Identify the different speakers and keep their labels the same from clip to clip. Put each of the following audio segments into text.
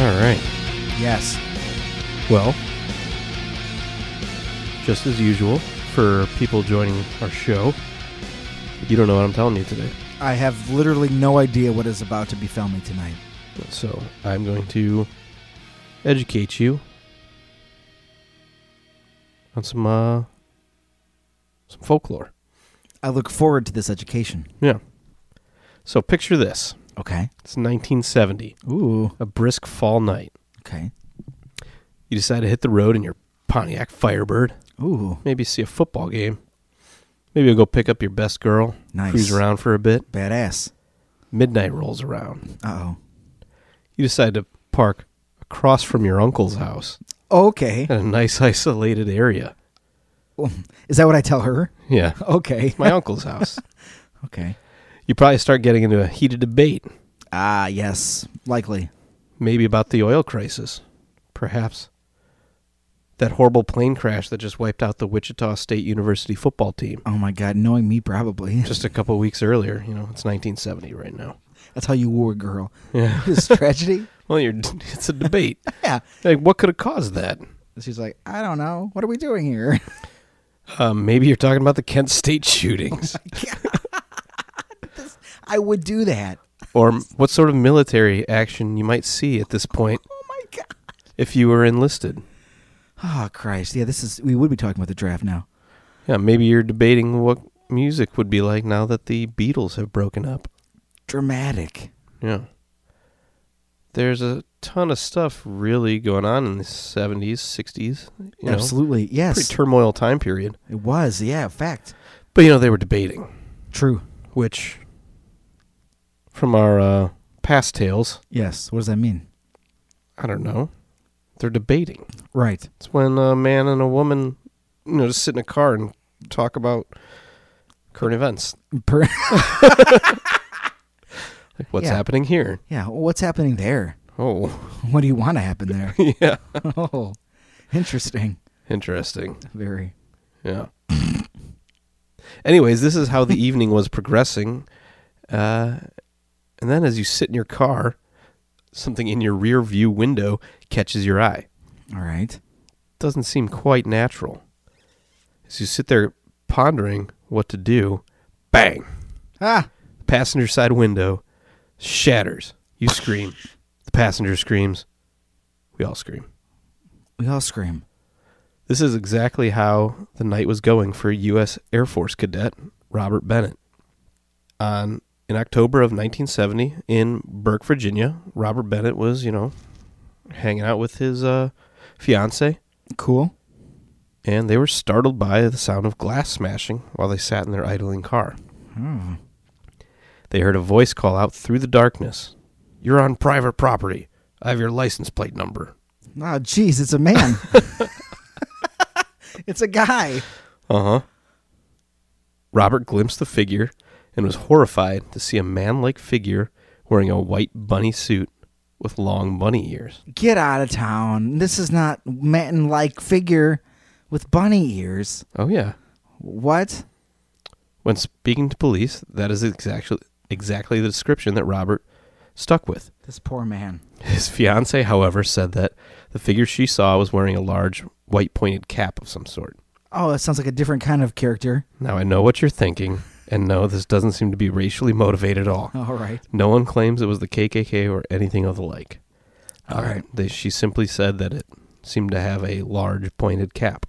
Speaker 1: All right.
Speaker 2: Yes.
Speaker 1: Well, just as usual for people joining our show, you don't know what I'm telling you today.
Speaker 2: I have literally no idea what is about to befell me tonight.
Speaker 1: So I'm going to educate you on some uh, some folklore.
Speaker 2: I look forward to this education.
Speaker 1: Yeah. So picture this:
Speaker 2: Okay.
Speaker 1: it's 1970,
Speaker 2: Ooh.
Speaker 1: a brisk fall night.
Speaker 2: Okay.
Speaker 1: You decide to hit the road in your Pontiac Firebird.
Speaker 2: Ooh.
Speaker 1: maybe see a football game. Maybe you'll go pick up your best girl,
Speaker 2: Nice.
Speaker 1: cruise around for a bit.
Speaker 2: Badass.
Speaker 1: Midnight rolls around.
Speaker 2: Uh
Speaker 1: You decide to park across from your uncle's house
Speaker 2: oh. Okay.
Speaker 1: in a nice isolated area.
Speaker 2: Is that what I tell her?
Speaker 1: Yeah,
Speaker 2: Okay.
Speaker 1: my uncle's house.
Speaker 2: Okay.
Speaker 1: You probably start getting into a heated debate,
Speaker 2: Ah, yes. Likely.
Speaker 1: maybe about the oil crisis, perhaps that horrible plane crash that just wiped out the Wichita State University football team
Speaker 2: Oh my God. Knowing me, probably.
Speaker 1: just a couple weeks earlier. You know, it's 1970 right now.
Speaker 2: That's how you woo a girl.
Speaker 1: Yeah.
Speaker 2: This tragedy.
Speaker 1: Well, you're, it's a debate.
Speaker 2: yeah.
Speaker 1: Like, what could have caused that?
Speaker 2: She's like, I don't know. What are we doing here?
Speaker 1: Um, maybe you're talking about the Kent State shootings,
Speaker 2: I would do that.
Speaker 1: or m- what sort of military action you might see at this point
Speaker 2: Oh my God.
Speaker 1: if you were enlisted.
Speaker 2: Oh Christ. Yeah. This is. We would be talking about the draft now.
Speaker 1: Yeah, maybe you're debating what music would be like now that the Beatles have broken up.
Speaker 2: Dramatic.
Speaker 1: Yeah, there's a ton of stuff really going on in the '70s, '60s. You know,
Speaker 2: Absolutely.
Speaker 1: pretty
Speaker 2: Yes.
Speaker 1: turmoil time period.
Speaker 2: it was. Yeah. Fact.
Speaker 1: But you know, they were debating,
Speaker 2: True.
Speaker 1: which, from our uh, past tales,
Speaker 2: Yes. What does that mean?
Speaker 1: I don't know. They're debating.
Speaker 2: Right.
Speaker 1: It's when a man and a woman, you know, just sit in a car and talk about current events.
Speaker 2: Per-
Speaker 1: Like, what's
Speaker 2: Yeah.
Speaker 1: happening here?
Speaker 2: yeah. What's happening there?
Speaker 1: Oh,
Speaker 2: What do you want to happen there?
Speaker 1: yeah.
Speaker 2: oh, interesting.
Speaker 1: Interesting.
Speaker 2: Very.
Speaker 1: Yeah. Anyways, this is how the evening was progressing. Uh, and then as you sit in your car, something in your rear view window catches your eye.
Speaker 2: All right.
Speaker 1: doesn't seem quite natural. As you sit there pondering what to do, bang!
Speaker 2: Ah,
Speaker 1: passenger side window shatters. You scream. The passenger screams. We all scream.
Speaker 2: we all scream.
Speaker 1: This is exactly how the night was going for U.S. Air Force cadet Robert Bennett. On in October of 1970 in Burke, Virginia, Robert Bennett was, you know, hanging out with his uh, fiance,
Speaker 2: Cool.
Speaker 1: and they were startled by the sound of glass smashing while they sat in their idling car. Hmm.
Speaker 2: Oh.
Speaker 1: They heard a voice call out through the darkness. You're on private property. I have your license plate number.
Speaker 2: Oh, jeez, it's a man. it's a guy.
Speaker 1: Uh huh. Robert glimpsed the figure and was horrified to see a man like figure wearing a white bunny suit with long bunny ears.
Speaker 2: Get out of town. This is not man-like figure with bunny ears.
Speaker 1: Oh, yeah.
Speaker 2: What?
Speaker 1: When speaking to police, that is exactly, exactly the description that Robert stuck with.
Speaker 2: This poor man.
Speaker 1: His fiancee, however, said that the figure she saw was wearing a large white pointed cap of some sort.
Speaker 2: Oh, it sounds like a different kind of character.
Speaker 1: Now I know what you're thinking, and no, this doesn't seem to be racially motivated at all.
Speaker 2: All right.
Speaker 1: No one claims it was the KKK or anything of the like. Uh,
Speaker 2: All right.
Speaker 1: They, she simply said that it seemed to have a large pointed cap.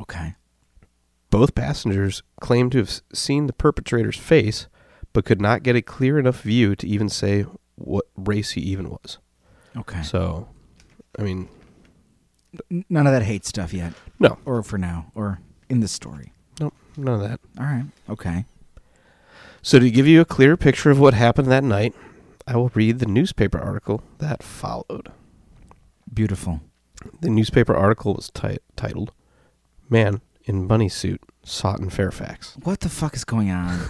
Speaker 2: Okay.
Speaker 1: Both passengers claimed to have s- seen the perpetrator's face, but could not get a clear enough view to even say what race he even was.
Speaker 2: Okay.
Speaker 1: So, I mean,
Speaker 2: N- None of that hate stuff yet,
Speaker 1: no,
Speaker 2: or for now, or in this story.
Speaker 1: no, none of that.
Speaker 2: All right. Okay.
Speaker 1: So, to give you a clear picture of what happened that night, I will read the newspaper article that followed.
Speaker 2: Beautiful.
Speaker 1: The newspaper article was ti- titled Man in Bunny Suit Sought in Fairfax.
Speaker 2: What the fuck is going on?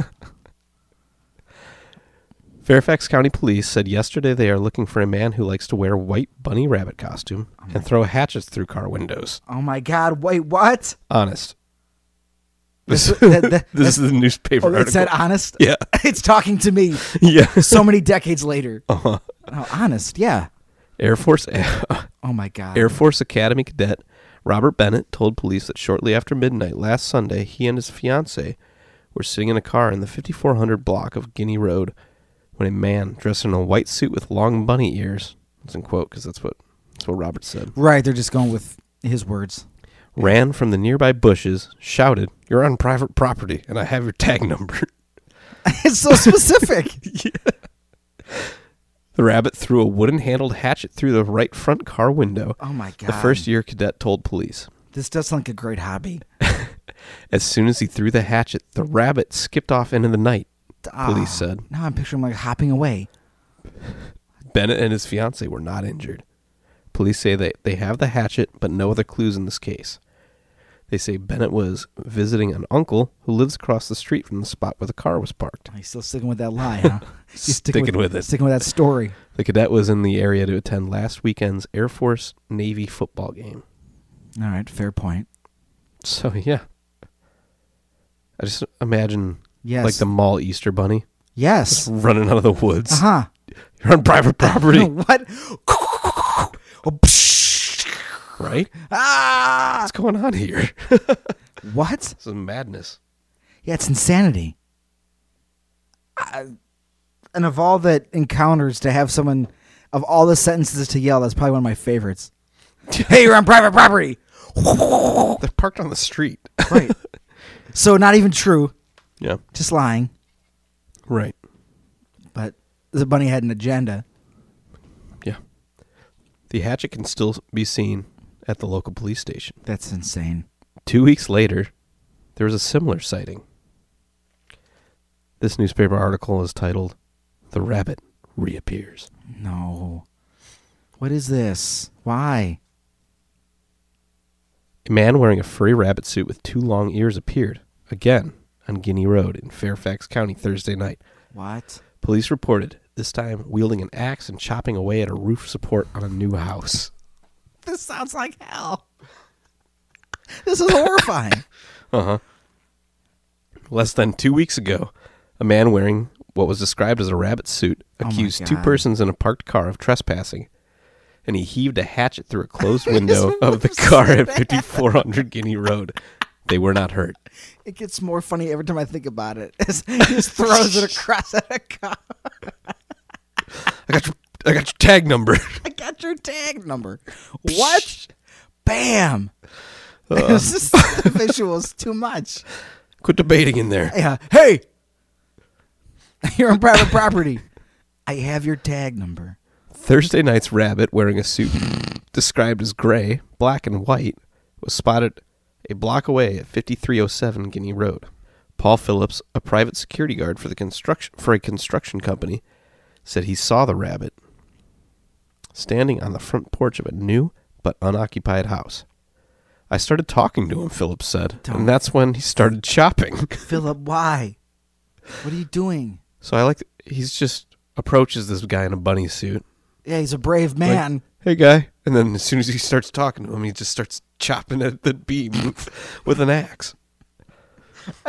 Speaker 1: Fairfax County Police said yesterday they are looking for a man who likes to wear a white bunny rabbit costume and throw hatchets through car windows.
Speaker 2: oh my god! Wait, what?
Speaker 1: Honest. This,
Speaker 2: This- that- that-
Speaker 1: this is the newspaper
Speaker 2: Oh, it
Speaker 1: article.
Speaker 2: said honest.
Speaker 1: yeah.
Speaker 2: it's talking to me.
Speaker 1: Yeah.
Speaker 2: So many decades later.
Speaker 1: Uh-huh.
Speaker 2: Oh, honest. Yeah.
Speaker 1: Air Force
Speaker 2: Oh my god.
Speaker 1: Air Force Academy cadet Robert Bennett told police that shortly after midnight last Sunday, he and his fiancee were sitting in a car in the 5400 block of Guinea Road when a man dressed in a white suit with long bunny ears, that's in quote because that's what that's what Robert said,
Speaker 2: Right. They're just going with his words.
Speaker 1: ran from the nearby bushes, shouted, "You're on private property and I have your tag number."
Speaker 2: it's so specific.
Speaker 1: The rabbit threw a wooden-handled hatchet through the right front car window.
Speaker 2: oh my god.
Speaker 1: The first-year cadet told police.
Speaker 2: This does sound like a great hobby.
Speaker 1: As soon as he threw the hatchet, the rabbit skipped off into the night,
Speaker 2: Ah,
Speaker 1: police said.
Speaker 2: Now I'm picturing him like hopping away.
Speaker 1: Bennett and his fiancee were not injured. Police say that they have the hatchet, but no other clues in this case. They say Bennett was visiting an uncle who lives across the street from the spot where the car was parked.
Speaker 2: Oh, he's still sticking with that lie, huh? He's
Speaker 1: Sticking with it.
Speaker 2: Sticking with that story.
Speaker 1: The cadet was in the area to attend last weekend's Air Force Navy football game.
Speaker 2: All right. Fair point.
Speaker 1: So, yeah. I just imagine
Speaker 2: Yes.
Speaker 1: like the mall Easter bunny
Speaker 2: yes.
Speaker 1: running out of the woods.
Speaker 2: Uh huh.
Speaker 1: You're on private property,
Speaker 2: what? Oh, psh.
Speaker 1: right?
Speaker 2: ah!
Speaker 1: What's going on here?
Speaker 2: What?
Speaker 1: this is madness.
Speaker 2: Yeah, it's insanity. I, and of all the encounters, to have someone of all the sentences to yell, that's probably one of my favorites. hey, you're on private property. Oh.
Speaker 1: They're parked on the street.
Speaker 2: Right. so not even true,
Speaker 1: yeah.
Speaker 2: just lying.
Speaker 1: Right.
Speaker 2: But the bunny had an agenda.
Speaker 1: Yeah. The hatchet can still be seen at the local police station.
Speaker 2: That's insane.
Speaker 1: Two weeks later, there was a similar sighting. This newspaper article is titled The Rabbit Reappears.
Speaker 2: No. What is this? Why?
Speaker 1: A man wearing a furry rabbit suit with two long ears appeared, again, on Guinea Road in Fairfax County Thursday night.
Speaker 2: What?
Speaker 1: Police reported, this time wielding an axe and chopping away at a roof support on a new house.
Speaker 2: This sounds like hell. This is horrifying.
Speaker 1: Uh-huh. Less than two weeks ago, a man wearing what was described as a rabbit suit
Speaker 2: Oh my
Speaker 1: accused two
Speaker 2: God.
Speaker 1: persons in a parked car of trespassing, and he heaved a hatchet through a closed window of the car at 5400 Guinea Road. They were not hurt.
Speaker 2: It gets more funny every time I think about it. he just throws it across at a cop.
Speaker 1: I got your, I got your tag number.
Speaker 2: I got your tag number. What? Bam! It's just- the visual's too much.
Speaker 1: Quit debating in there.
Speaker 2: Yeah. Hey, you're on private property. I have your tag number.
Speaker 1: Thursday night's rabbit wearing a suit described as gray, black, and white was spotted a block away at 5307 Guinea Road. Paul Phillips, a private security guard for the construction for a construction company, said he saw the rabbit standing on the front porch of a new but unoccupied house. I started talking to him, Phillips said, and that's when he started chopping.
Speaker 2: Philip, why? What are you doing?
Speaker 1: so I like he's just approaches this guy in a bunny suit
Speaker 2: Yeah, he's a brave
Speaker 1: Like,
Speaker 2: man.
Speaker 1: hey guy. And then as soon as he starts talking to him, he just starts chopping at the beam with an axe.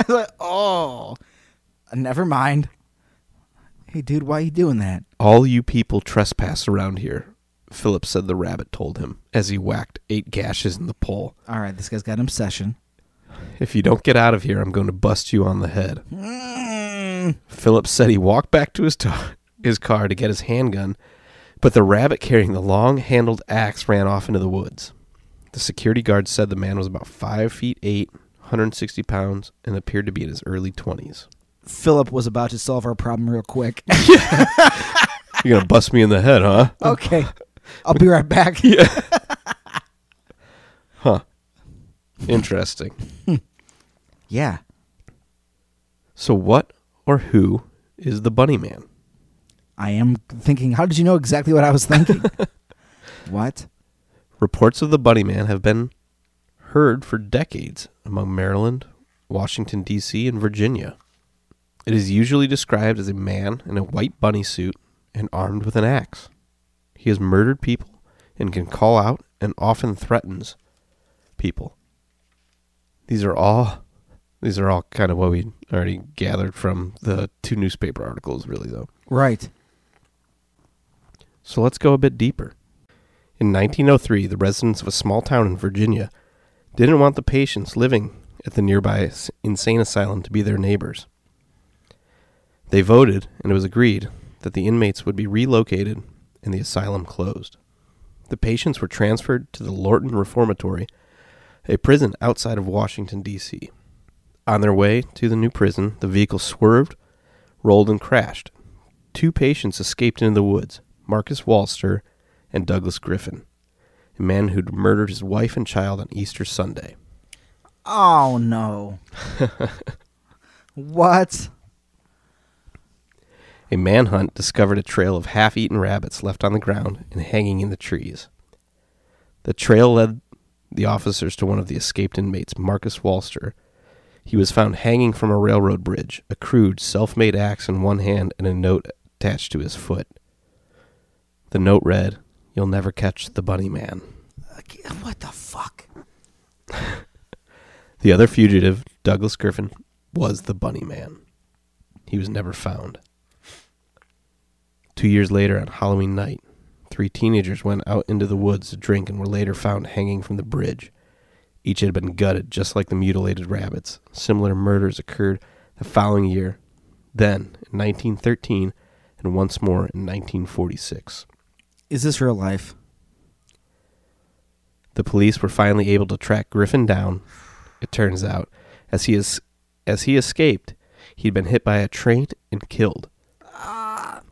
Speaker 2: Like, oh, never mind. Hey, dude, why are you doing that?
Speaker 1: All you people trespass around here, Philip said the rabbit told him as he whacked eight gashes in the pole.
Speaker 2: All right, this guy's got an obsession.
Speaker 1: If you don't get out of here, I'm going to bust you on the head.
Speaker 2: Mm.
Speaker 1: Philip said he walked back to his, ta- his car to get his handgun, but the rabbit carrying the long handled axe ran off into the woods. The security guard said the man was about 5 feet 8, 160 pounds, and appeared to be in his early 20s.
Speaker 2: Philip was about to solve our problem real quick.
Speaker 1: You're going to bust me in the head, huh?
Speaker 2: Okay. I'll be right back.
Speaker 1: Interesting.
Speaker 2: Yeah.
Speaker 1: So, what or who is the Bunny Man?
Speaker 2: I am thinking, how did you know exactly what I was thinking? what?
Speaker 1: Reports of the Bunny Man have been heard for decades among Maryland, Washington, D.C., and Virginia. It is usually described as a man in a white bunny suit and armed with an axe. He has murdered people and can call out and often threatens people. These are all these are all kind of what we already gathered from the two newspaper articles really though.
Speaker 2: Right.
Speaker 1: So let's go a bit deeper. In 1903, the residents of a small town in Virginia didn't want the patients living at the nearby s- insane asylum to be their neighbors. They voted, and it was agreed that the inmates would be relocated and the asylum closed. The patients were transferred to the Lorton Reformatory, a prison outside of Washington, D.C. On their way to the new prison, the vehicle swerved, rolled, and crashed. Two patients escaped into the woods Marcus Walster and Douglas Griffin, a man who'd murdered his wife and child on Easter Sunday.
Speaker 2: Oh, no. what?
Speaker 1: A manhunt discovered a trail of half eaten rabbits left on the ground and hanging in the trees. The trail led the officers to one of the escaped inmates, Marcus Walster. He was found hanging from a railroad bridge, a crude, self made axe in one hand and a note attached to his foot. The note read, You'll never catch the bunny man.
Speaker 2: What the fuck?
Speaker 1: The other fugitive, Douglas Griffin, was the bunny man. He was never found. Two years later, on Halloween night, three teenagers went out into the woods to drink and were later found hanging from the bridge. Each had been gutted, just like the mutilated rabbits. Similar murders occurred the following year, then in 1913, and once more in 1946.
Speaker 2: Is this real life?
Speaker 1: The police were finally able to track Griffin down. It turns out, as he is, as he escaped, he'd been hit by a train and killed.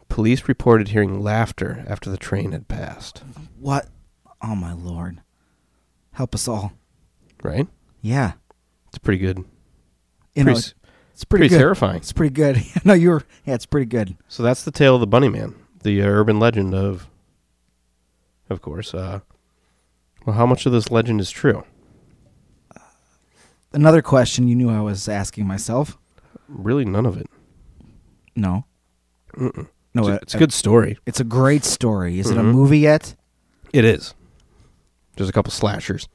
Speaker 1: Police reported hearing laughter after the train had passed.
Speaker 2: What? Oh, my lord. Help us all.
Speaker 1: Right?
Speaker 2: Yeah.
Speaker 1: It's pretty good.
Speaker 2: You
Speaker 1: pretty
Speaker 2: know,
Speaker 1: s-
Speaker 2: it's pretty,
Speaker 1: pretty
Speaker 2: good.
Speaker 1: terrifying.
Speaker 2: It's pretty good. no, you were. Yeah, it's pretty good.
Speaker 1: So that's the tale of the Bunny Man, the uh, urban legend of, of course. Uh, well, how much of this legend is true?
Speaker 2: Another question you knew I was asking myself.
Speaker 1: Really, none of it.
Speaker 2: No.
Speaker 1: Mm-mm.
Speaker 2: No,
Speaker 1: it's,
Speaker 2: it-
Speaker 1: it's a good story.
Speaker 2: It's a great story. Is it a
Speaker 1: Mhm.
Speaker 2: movie yet?
Speaker 1: It is. There's a couple slashers.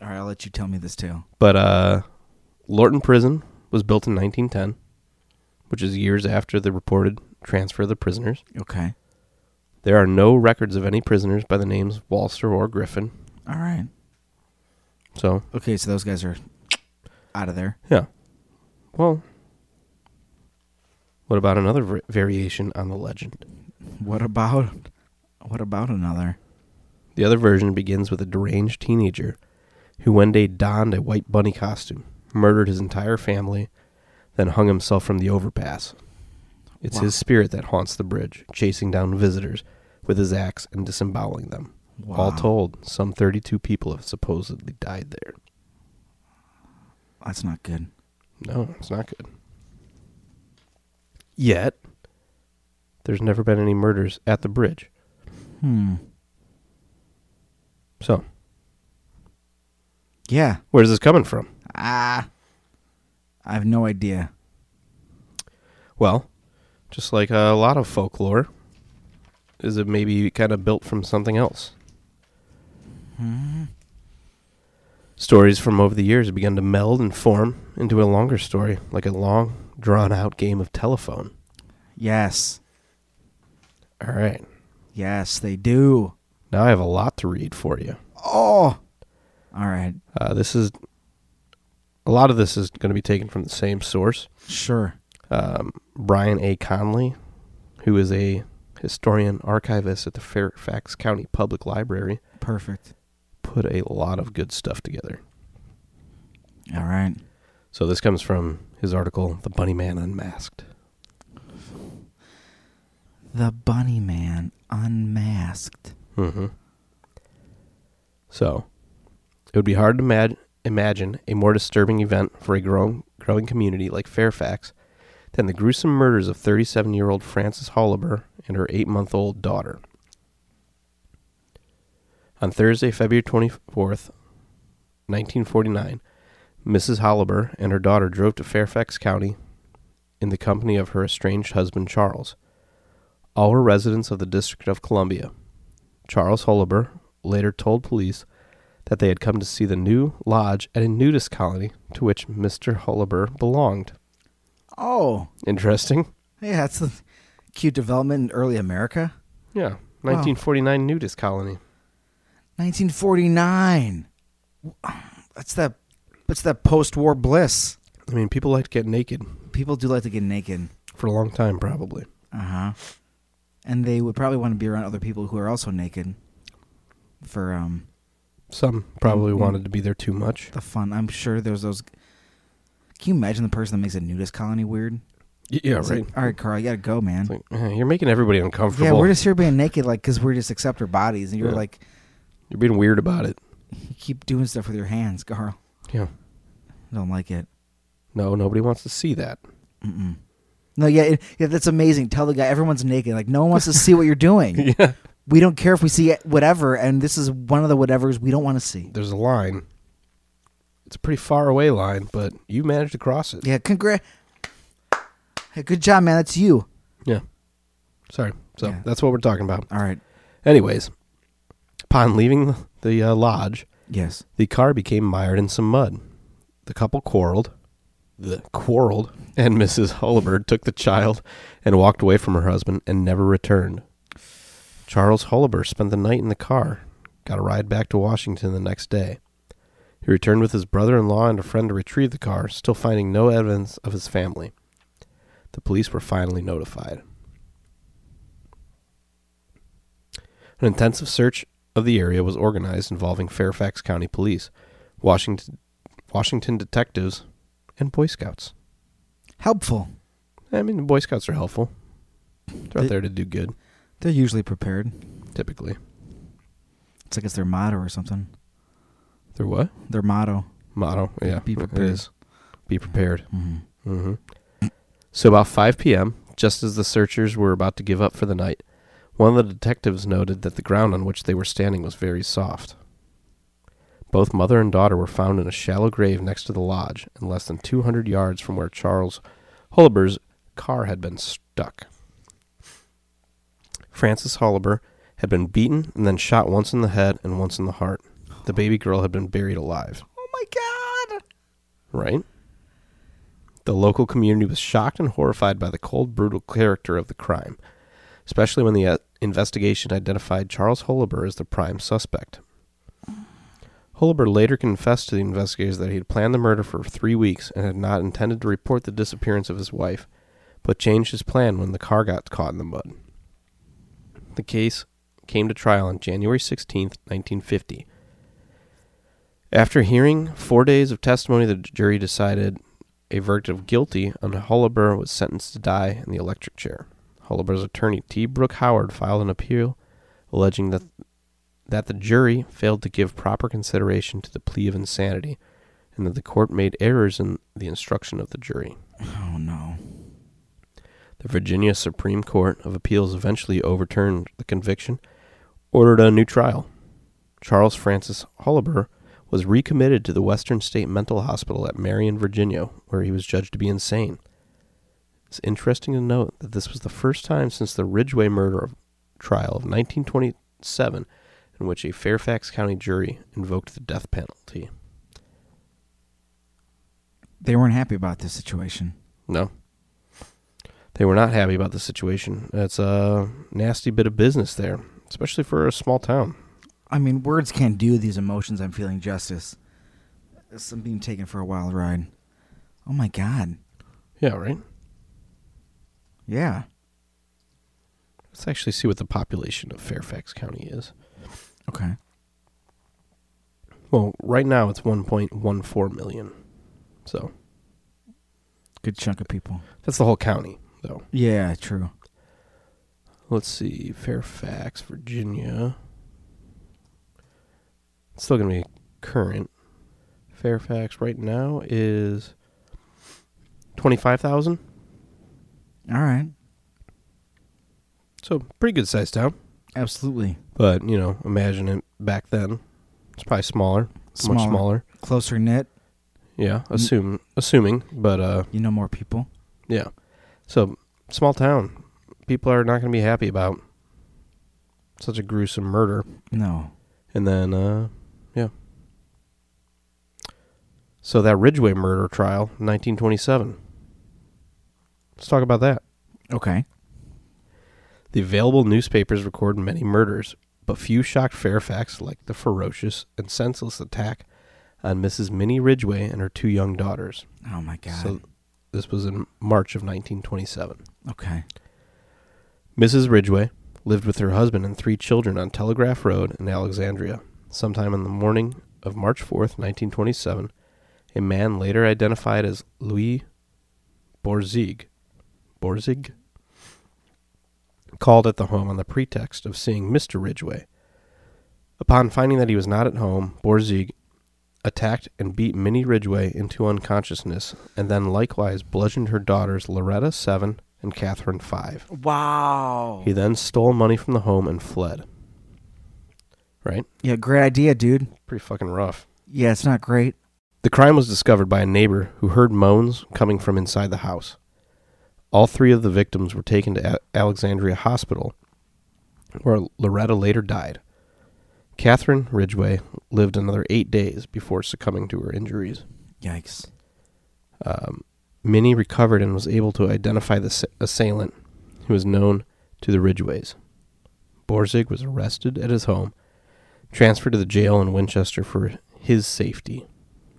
Speaker 2: All right, I'll let you tell me this tale.
Speaker 1: But uh, Lorton Prison was built in 1910, which is years after the reported transfer of the prisoners.
Speaker 2: Okay.
Speaker 1: There are no records of any prisoners by the names Walster or Griffin.
Speaker 2: All right.
Speaker 1: So,
Speaker 2: Okay, so those guys are out of there.
Speaker 1: yeah. Well, what about another v- variation on the legend?
Speaker 2: What about what about another?
Speaker 1: The other version begins with a deranged teenager who one day donned a white bunny costume, murdered his entire family, then hung himself from the overpass. It's
Speaker 2: Wow.
Speaker 1: his spirit that haunts the bridge, chasing down visitors with his axe and disemboweling them. All
Speaker 2: Wow.
Speaker 1: told, some 32 people have supposedly died there.
Speaker 2: That's not good.
Speaker 1: No, it's not good. Yet, there's never been any murders at the bridge.
Speaker 2: Hmm.
Speaker 1: So,
Speaker 2: Yeah.
Speaker 1: where's this coming from?
Speaker 2: Ah. I have no idea.
Speaker 1: Well, just like a lot of folklore, is it maybe kind of built from something else? Stories from over the years have begun to meld and form into a longer story, like a long, drawn out game of telephone.
Speaker 2: Yes.
Speaker 1: All right.
Speaker 2: Yes, they do.
Speaker 1: Now I have a lot to read for you.
Speaker 2: Oh. All right.
Speaker 1: Uh, this is a lot of this is going to be taken from the same source.
Speaker 2: Sure.
Speaker 1: um, Brian A. Conley, who is a historian archivist at the Fairfax County Public Library,
Speaker 2: Perfect.
Speaker 1: put a lot of good stuff together.
Speaker 2: All right.
Speaker 1: So this comes from his article, The Bunny Man Unmasked.
Speaker 2: The Bunny Man unmasked.
Speaker 1: Mm-hmm. So, it would be hard to mad- imagine a more disturbing event for a growing, growing community like Fairfax than the gruesome murders of 37 year old Frances Holliber and her eight month old daughter. On Thursday, February 24th, 1949, Mrs. Holliber and her daughter drove to Fairfax County in the company of her estranged husband, Charles. All were residents of the District of Columbia. Charles Holliber later told police that they had come to see the new lodge at a nudist colony to which Mr. Holliber belonged.
Speaker 2: Oh,
Speaker 1: Interesting.
Speaker 2: yeah, that's a cute development in early America.
Speaker 1: Yeah. 1949 nudist colony.
Speaker 2: 1949. That's that. That's that post-war bliss.
Speaker 1: I mean, people like to get naked
Speaker 2: People do like to get naked.
Speaker 1: for a long time, probably.
Speaker 2: Uh huh. And they would probably want to be around other people who are also naked. For um
Speaker 1: Some probably
Speaker 2: Mhm.
Speaker 1: wanted to be there too much.
Speaker 2: the fun, I'm sure there's those. Can you imagine the person that makes a nudist colony weird?
Speaker 1: Yeah,
Speaker 2: It's
Speaker 1: right.
Speaker 2: like, All right, Carl, you gotta go, man.
Speaker 1: It's like, eh, you're making everybody
Speaker 2: yeah,
Speaker 1: uncomfortable.
Speaker 2: we're just here being naked, like, cause we're just accept our bodies, and you're
Speaker 1: Yeah.
Speaker 2: like,
Speaker 1: You're being weird about it.
Speaker 2: you keep doing stuff with your hands, Carl.
Speaker 1: Yeah.
Speaker 2: I don't like it.
Speaker 1: No, nobody wants to see that.
Speaker 2: Mm-mm. No, yeah, it, yeah, that's amazing. Tell the guy everyone's naked. Like, no one wants to see what you're doing.
Speaker 1: yeah.
Speaker 2: We don't care if we see it- whatever, and this is one of the whatevers we don't want to see.
Speaker 1: There's a line. It's a pretty far away line, but you managed to cross it.
Speaker 2: Yeah, congrat. Hey, good job, man. That's you.
Speaker 1: Yeah. Sorry. So
Speaker 2: Yeah.
Speaker 1: that's what we're talking about.
Speaker 2: All right.
Speaker 1: Anyways, upon leaving the, the uh, lodge,
Speaker 2: Yes.
Speaker 1: the car became mired in some mud. The couple quarreled. The quarreled, and Mrs. Hullibird took the child and walked away from her husband and never returned. Charles Hullibird spent the night in the car, got a ride back to Washington the next day. He returned with his brother in law and a friend to retrieve the car, still finding no evidence of his family. The police were finally notified. An intensive search of the area was organized involving Fairfax County Police, Washington, Washington detectives, and Boy Scouts.
Speaker 2: Helpful.
Speaker 1: I mean, the Boy Scouts are helpful. They're
Speaker 2: They-
Speaker 1: out there to do good,
Speaker 2: They're usually prepared.
Speaker 1: typically.
Speaker 2: It's like it's their motto or something.
Speaker 1: They're what?
Speaker 2: Their motto.
Speaker 1: Motto. Yeah.
Speaker 2: Be
Speaker 1: it
Speaker 2: prepared.
Speaker 1: is. Be prepared.
Speaker 2: Mm-hmm.
Speaker 1: hmm So about 5 p.m., just as the searchers were about to give up for the night, one of the detectives noted that the ground on which they were standing was very soft. Both mother and daughter were found in a shallow grave next to the lodge and less than 200 yards from where Charles Holliber's car had been stuck. Frances Holliber had been beaten and then shot once in the head and once in the heart. The baby girl had been buried alive
Speaker 2: Oh my God.
Speaker 1: right? The local community was shocked and horrified by the cold, brutal character of the crime, especially when the uh, investigation identified Charles Holliber as the prime suspect. Holliber later confessed to the investigators that he had planned the murder for three weeks and had not intended to report the disappearance of his wife, but changed his plan when the car got caught in the mud. The case came to trial on January 16th, 1950. After hearing four days of testimony, the jury decided a verdict of guilty, and Holliber was sentenced to die in the electric chair. Holliber's attorney, T. Brooke Howard, filed an appeal alleging that, that the jury failed to give proper consideration to the plea of insanity and that the court made errors in the instruction of the jury.
Speaker 2: Oh no.
Speaker 1: The Virginia Supreme Court of Appeals eventually overturned the conviction, ordered a new trial. Charles Francis Holliber was recommitted to the Western State Mental Hospital at Marion, Virginia, where he was judged to be insane. It's interesting to note that this was the first time since the Ridgway murder of- trial of 1927 in which a Fairfax County jury invoked the death penalty.
Speaker 2: They weren't happy about this situation.
Speaker 1: No. They were not happy about the situation. That's a nasty bit of business there, especially for a small town.
Speaker 2: I mean, words can't do these emotions I'm feeling justice. This- I'm being taken for a wild ride. Oh my God.
Speaker 1: Yeah, right?
Speaker 2: Yeah.
Speaker 1: Let's actually see what the population of Fairfax County is.
Speaker 2: Okay.
Speaker 1: Well, right now it's 1.14 million. So
Speaker 2: Good chunk of people.
Speaker 1: that's the whole county, though.
Speaker 2: Yeah, true.
Speaker 1: Let's see, Fairfax, Virginia. It's still going to be current. Fairfax right now is 25,000.
Speaker 2: All right.
Speaker 1: So, pretty good sized town.
Speaker 2: Absolutely.
Speaker 1: But, you know, imagine it back then. It's probably smaller, much
Speaker 2: Smaller.
Speaker 1: smaller. Mm.
Speaker 2: Closer knit.
Speaker 1: Yeah, assume assuming, but uh
Speaker 2: You know more people.
Speaker 1: yeah. So, small town. People are not going to be happy about such a gruesome murder.
Speaker 2: No.
Speaker 1: And then, uh, yeah. So that Ridgeway murder trial, 1927. Let's talk about that.
Speaker 2: Okay.
Speaker 1: The available newspapers record many murders, but few shocked Fairfax like the ferocious and senseless attack on Mrs. Minnie Ridgeway and her two young daughters.
Speaker 2: Oh my god.
Speaker 1: So this was in March of 1927.
Speaker 2: okay.
Speaker 1: Mrs. Ridgway lived with her husband and three children on Telegraph Road in Alexandria. Sometime in the morning of March 4th, 1927, a man later identified as Louis Borzig, Borzig called at the home on the pretext of seeing Mr. Ridgway. Upon finding that he was not at home, Borzig attacked and beat Minnie Ridgway into unconsciousness and then likewise bludgeoned her daughters Loretta, 7, and Catherine, 5.
Speaker 2: Wow.
Speaker 1: He then stole money from the home and fled. Right?
Speaker 2: Yeah, great idea, dude.
Speaker 1: Pretty fucking rough.
Speaker 2: Yeah, it's not great.
Speaker 1: The crime was discovered by a neighbor who heard moans coming from inside the house. All three of the victims were taken to A- Alexandria Hospital, where Loretta later died. Catherine Ridgway lived another eight days before succumbing to her injuries.
Speaker 2: Yikes.
Speaker 1: Um, Minnie recovered and was able to identify the ass- assailant, who was known to the Ridgeways. Borzig was arrested at his home, transferred to the jail in Winchester for his safety.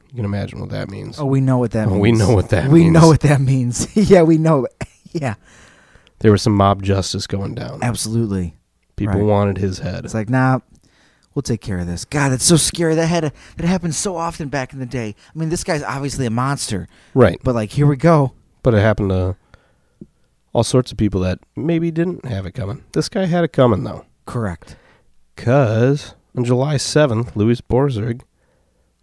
Speaker 1: You can imagine what that means.
Speaker 2: Oh, we know what that
Speaker 1: Oh,
Speaker 2: means.
Speaker 1: we know what that
Speaker 2: we
Speaker 1: means.
Speaker 2: know what that means. yeah, we know. yeah,
Speaker 1: There was some mob justice going down.
Speaker 2: absolutely.
Speaker 1: People
Speaker 2: right.
Speaker 1: wanted his head.
Speaker 2: It's like, nah, we'll take care of this. God, that's so scary. That had that happened so often back in the day. I mean, this guy's obviously a monster,
Speaker 1: right.
Speaker 2: but like, here we go.
Speaker 1: But it happened to all sorts of people that maybe didn't have it coming. This guy had it coming, though.
Speaker 2: Correct.
Speaker 1: Because on July 7th, Louis Borzig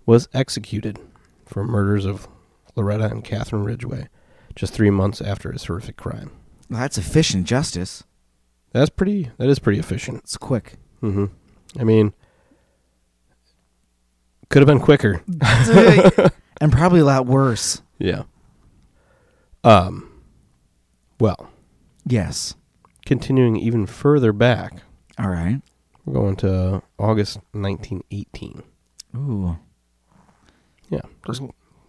Speaker 1: was executed for murders of Loretta and Catherine Ridgway just three months after his horrific crime.
Speaker 2: Well, that's efficient justice.
Speaker 1: That's pretty, that is pretty efficient.
Speaker 2: It's quick.
Speaker 1: hmm I mean, could have been quicker.
Speaker 2: and probably a lot worse.
Speaker 1: Yeah. Um, well,
Speaker 2: Yes.
Speaker 1: continuing even further back,
Speaker 2: All right.
Speaker 1: we're going to August 1918.
Speaker 2: Ooh.
Speaker 1: Yeah. Just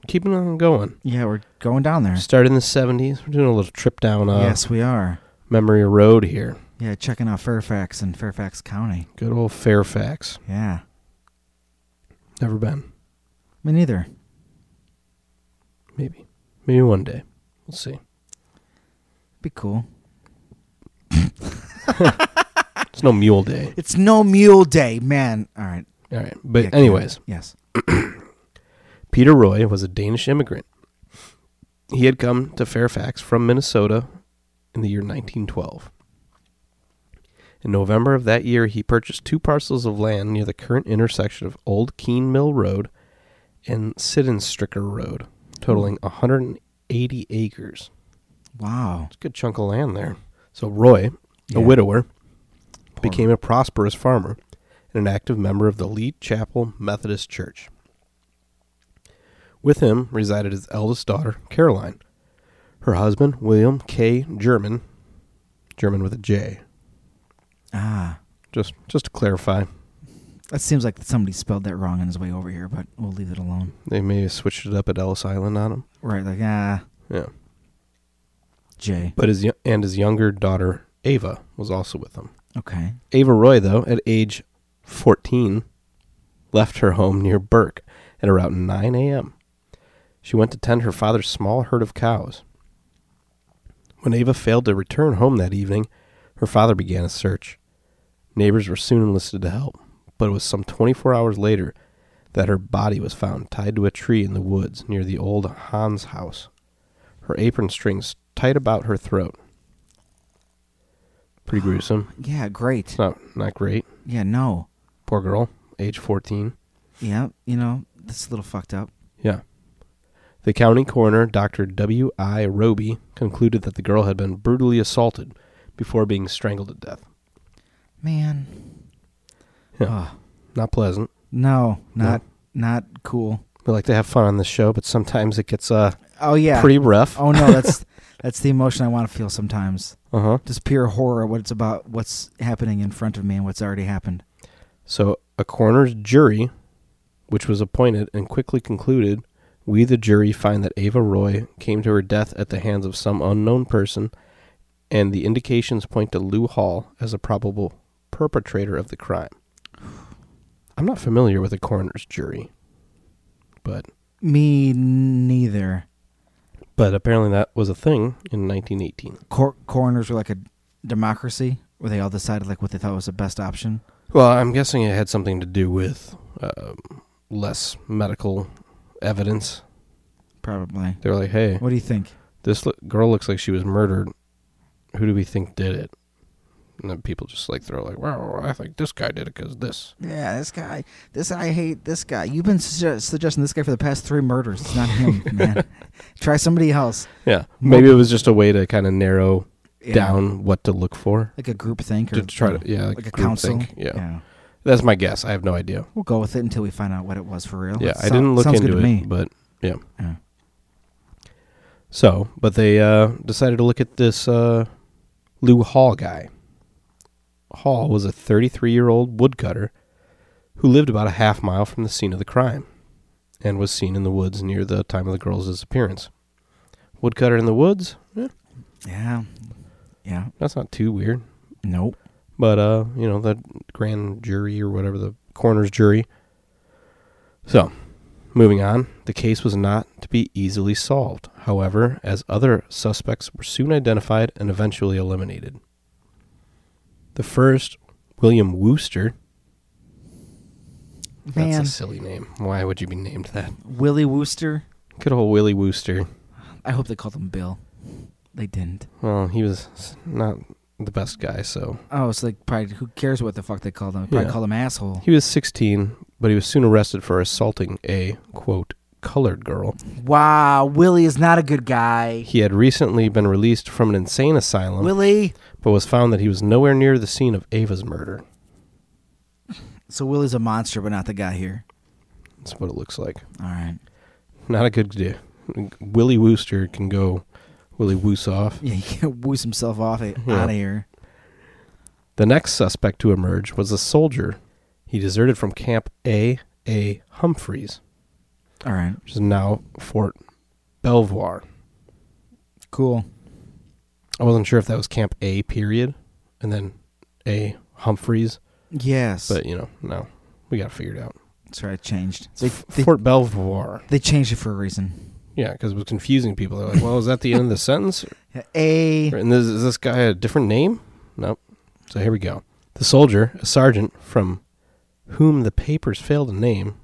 Speaker 1: keeping on going.
Speaker 2: Yeah, we're going down there.
Speaker 1: Start in the 70s. We're doing a little trip down uh,
Speaker 2: yes, we are.
Speaker 1: memory road here.
Speaker 2: Yeah, checking out Fairfax and Fairfax County.
Speaker 1: Good old Fairfax.
Speaker 2: Yeah.
Speaker 1: Never been.
Speaker 2: Me neither.
Speaker 1: Maybe. Maybe one day. We'll see.
Speaker 2: Be cool.
Speaker 1: It's no mule day.
Speaker 2: It's no mule day, man. All right.
Speaker 1: All right. But,
Speaker 2: Yeah,
Speaker 1: anyways,
Speaker 2: Karen. Yes.
Speaker 1: Peter Roy was a Danish immigrant. He had come to Fairfax from Minnesota in the year 1912. In November of that year, he purchased two parcels of land near the current intersection of Old Keene Mill Road and Sidenstricker Road, totaling 180 acres.
Speaker 2: Wow.
Speaker 1: It's a good chunk of land there. So Roy,
Speaker 2: Yeah.
Speaker 1: a widower,
Speaker 2: Poor-
Speaker 1: became a prosperous farmer and an active member of the Lee Chapel Methodist Church. With him resided his eldest daughter, Caroline. Her husband, William K. German, German with a J,
Speaker 2: Ah.
Speaker 1: just just to clarify,
Speaker 2: That seems like somebody spelled that wrong on his way over here, but we'll leave it alone.
Speaker 1: they may have switched it up at Ellis Island on him.
Speaker 2: Right, like ah,
Speaker 1: Yeah,
Speaker 2: J.
Speaker 1: but his yo- and his younger daughter Ava was also with him.
Speaker 2: Okay.
Speaker 1: Ava Roy, though, at age 14, left her home near Burke at around 9 a.m. She went to tend her father's small herd of cows. When Ava failed to return home that evening, her father began a search. Neighbors were soon enlisted to help, but it was some 24 hours later that her body was found tied to a tree in the woods near the old Hans house, her apron strings tight about her throat. Pretty gruesome.
Speaker 2: Yeah, great.
Speaker 1: It's not not great.
Speaker 2: Yeah, no.
Speaker 1: Poor girl, age 14.
Speaker 2: Yeah, you know, that's a little fucked up.
Speaker 1: Yeah. The county coroner, Dr. W. I. Roby, concluded that the girl had been brutally assaulted before being strangled to death.
Speaker 2: Man.
Speaker 1: Yeah.
Speaker 2: Ugh.
Speaker 1: Not pleasant.
Speaker 2: no, not not cool.
Speaker 1: We like to have fun on this show, but sometimes it gets uh
Speaker 2: Oh yeah.
Speaker 1: pretty rough.
Speaker 2: oh no, that's that's the emotion I want to feel sometimes.
Speaker 1: Uh huh.
Speaker 2: Just pure horror what it's about what's happening in front of me and what's already happened.
Speaker 1: So a coroner's jury, which was appointed and quickly concluded, we the jury find that Ava Roy came to her death at the hands of some unknown person, and the indications point to Lou Hall as a probable perpetrator of the crime. I'm not familiar with a coroner's jury, but
Speaker 2: Me neither.
Speaker 1: but apparently that was a thing in 1918.
Speaker 2: Cor- coroners were like a democracy where they all decided like what they thought was the best option.
Speaker 1: Well, I'm guessing it had something to do with uh, less medical evidence.
Speaker 2: Probably.
Speaker 1: They were like, "Hey,
Speaker 2: What do you think?
Speaker 1: this lo- girl looks like she was murdered. Who do we think did it? And then people just like throw like, well, I think this guy did it because this.
Speaker 2: Yeah, this guy. This I hate this guy. You've been su- suggesting this guy for the past three murders. It's not him, man. Try somebody else.
Speaker 1: Yeah, maybe it was just a way to kind of narrow
Speaker 2: Yeah.
Speaker 1: down what to look for
Speaker 2: like a group think or
Speaker 1: to try to yeah
Speaker 2: like, a council.
Speaker 1: groupthink. Yeah. that's my guess. I have no idea.
Speaker 2: we'll go with it until we find out what it was for real.
Speaker 1: Yeah,
Speaker 2: Oh, That
Speaker 1: I
Speaker 2: so-
Speaker 1: didn't look
Speaker 2: sounds
Speaker 1: into
Speaker 2: good
Speaker 1: it,
Speaker 2: to me.
Speaker 1: but yeah.
Speaker 2: Yeah.
Speaker 1: So, but they uh, decided to look at this uh, Lou Hall guy. Hall was a 33 year old woodcutter who lived about a half mile from the scene of the crime and was seen in the woods near the time of the girl's disappearance. Woodcutter in the woods? Eh,
Speaker 2: yeah, yeah.
Speaker 1: that's not too weird.
Speaker 2: Nope.
Speaker 1: But uh, you know, the grand jury or whatever the coroner's jury. So, moving on, the case was not to be easily solved. However, as other suspects were soon identified and eventually eliminated. The first, William Wooster.
Speaker 2: Man,
Speaker 1: That's a silly name. Why would you be named that?
Speaker 2: Willie Wooster.
Speaker 1: Good old Willie Wooster.
Speaker 2: I hope they called him Bill. They didn't.
Speaker 1: Well, he was s- not the best guy, so
Speaker 2: Oh, it's like probably who cares what the fuck they called him? They Probably
Speaker 1: Yeah.
Speaker 2: called him asshole.
Speaker 1: he was 16, but he was soon arrested for assaulting a quote colored girl
Speaker 2: Wow, Willie is not a good guy.
Speaker 1: He had recently been released from an insane asylum,
Speaker 2: Willie.
Speaker 1: but was found that he was nowhere near the scene of Ava's murder.
Speaker 2: So Willie's a monster, but not the guy here.
Speaker 1: That's what it looks like.
Speaker 2: All right.
Speaker 1: Not a good day. Willie Wooster can go Willie Woos off.
Speaker 2: Yeah, he can woos himself off it,
Speaker 1: Yeah.
Speaker 2: out of here.
Speaker 1: The next suspect to emerge was a soldier. He deserted from Camp A. A. Humphreys,
Speaker 2: All right.
Speaker 1: which is now Fort Belvoir.
Speaker 2: Cool.
Speaker 1: I wasn't sure if that was Camp A. Period, and then A. Humphreys,
Speaker 2: Yes.
Speaker 1: but you know, no, we got to figure it out.
Speaker 2: Sorry, I changed. They,
Speaker 1: F-
Speaker 2: they,
Speaker 1: Fort Belvoir.
Speaker 2: they changed it for a reason.
Speaker 1: Yeah, because it was confusing people. They're like, "Well, is that the end of the sentence?
Speaker 2: A.
Speaker 1: And this, is this guy a different name?" Nope. So here we go. The soldier, a sergeant from whom the papers failed to name,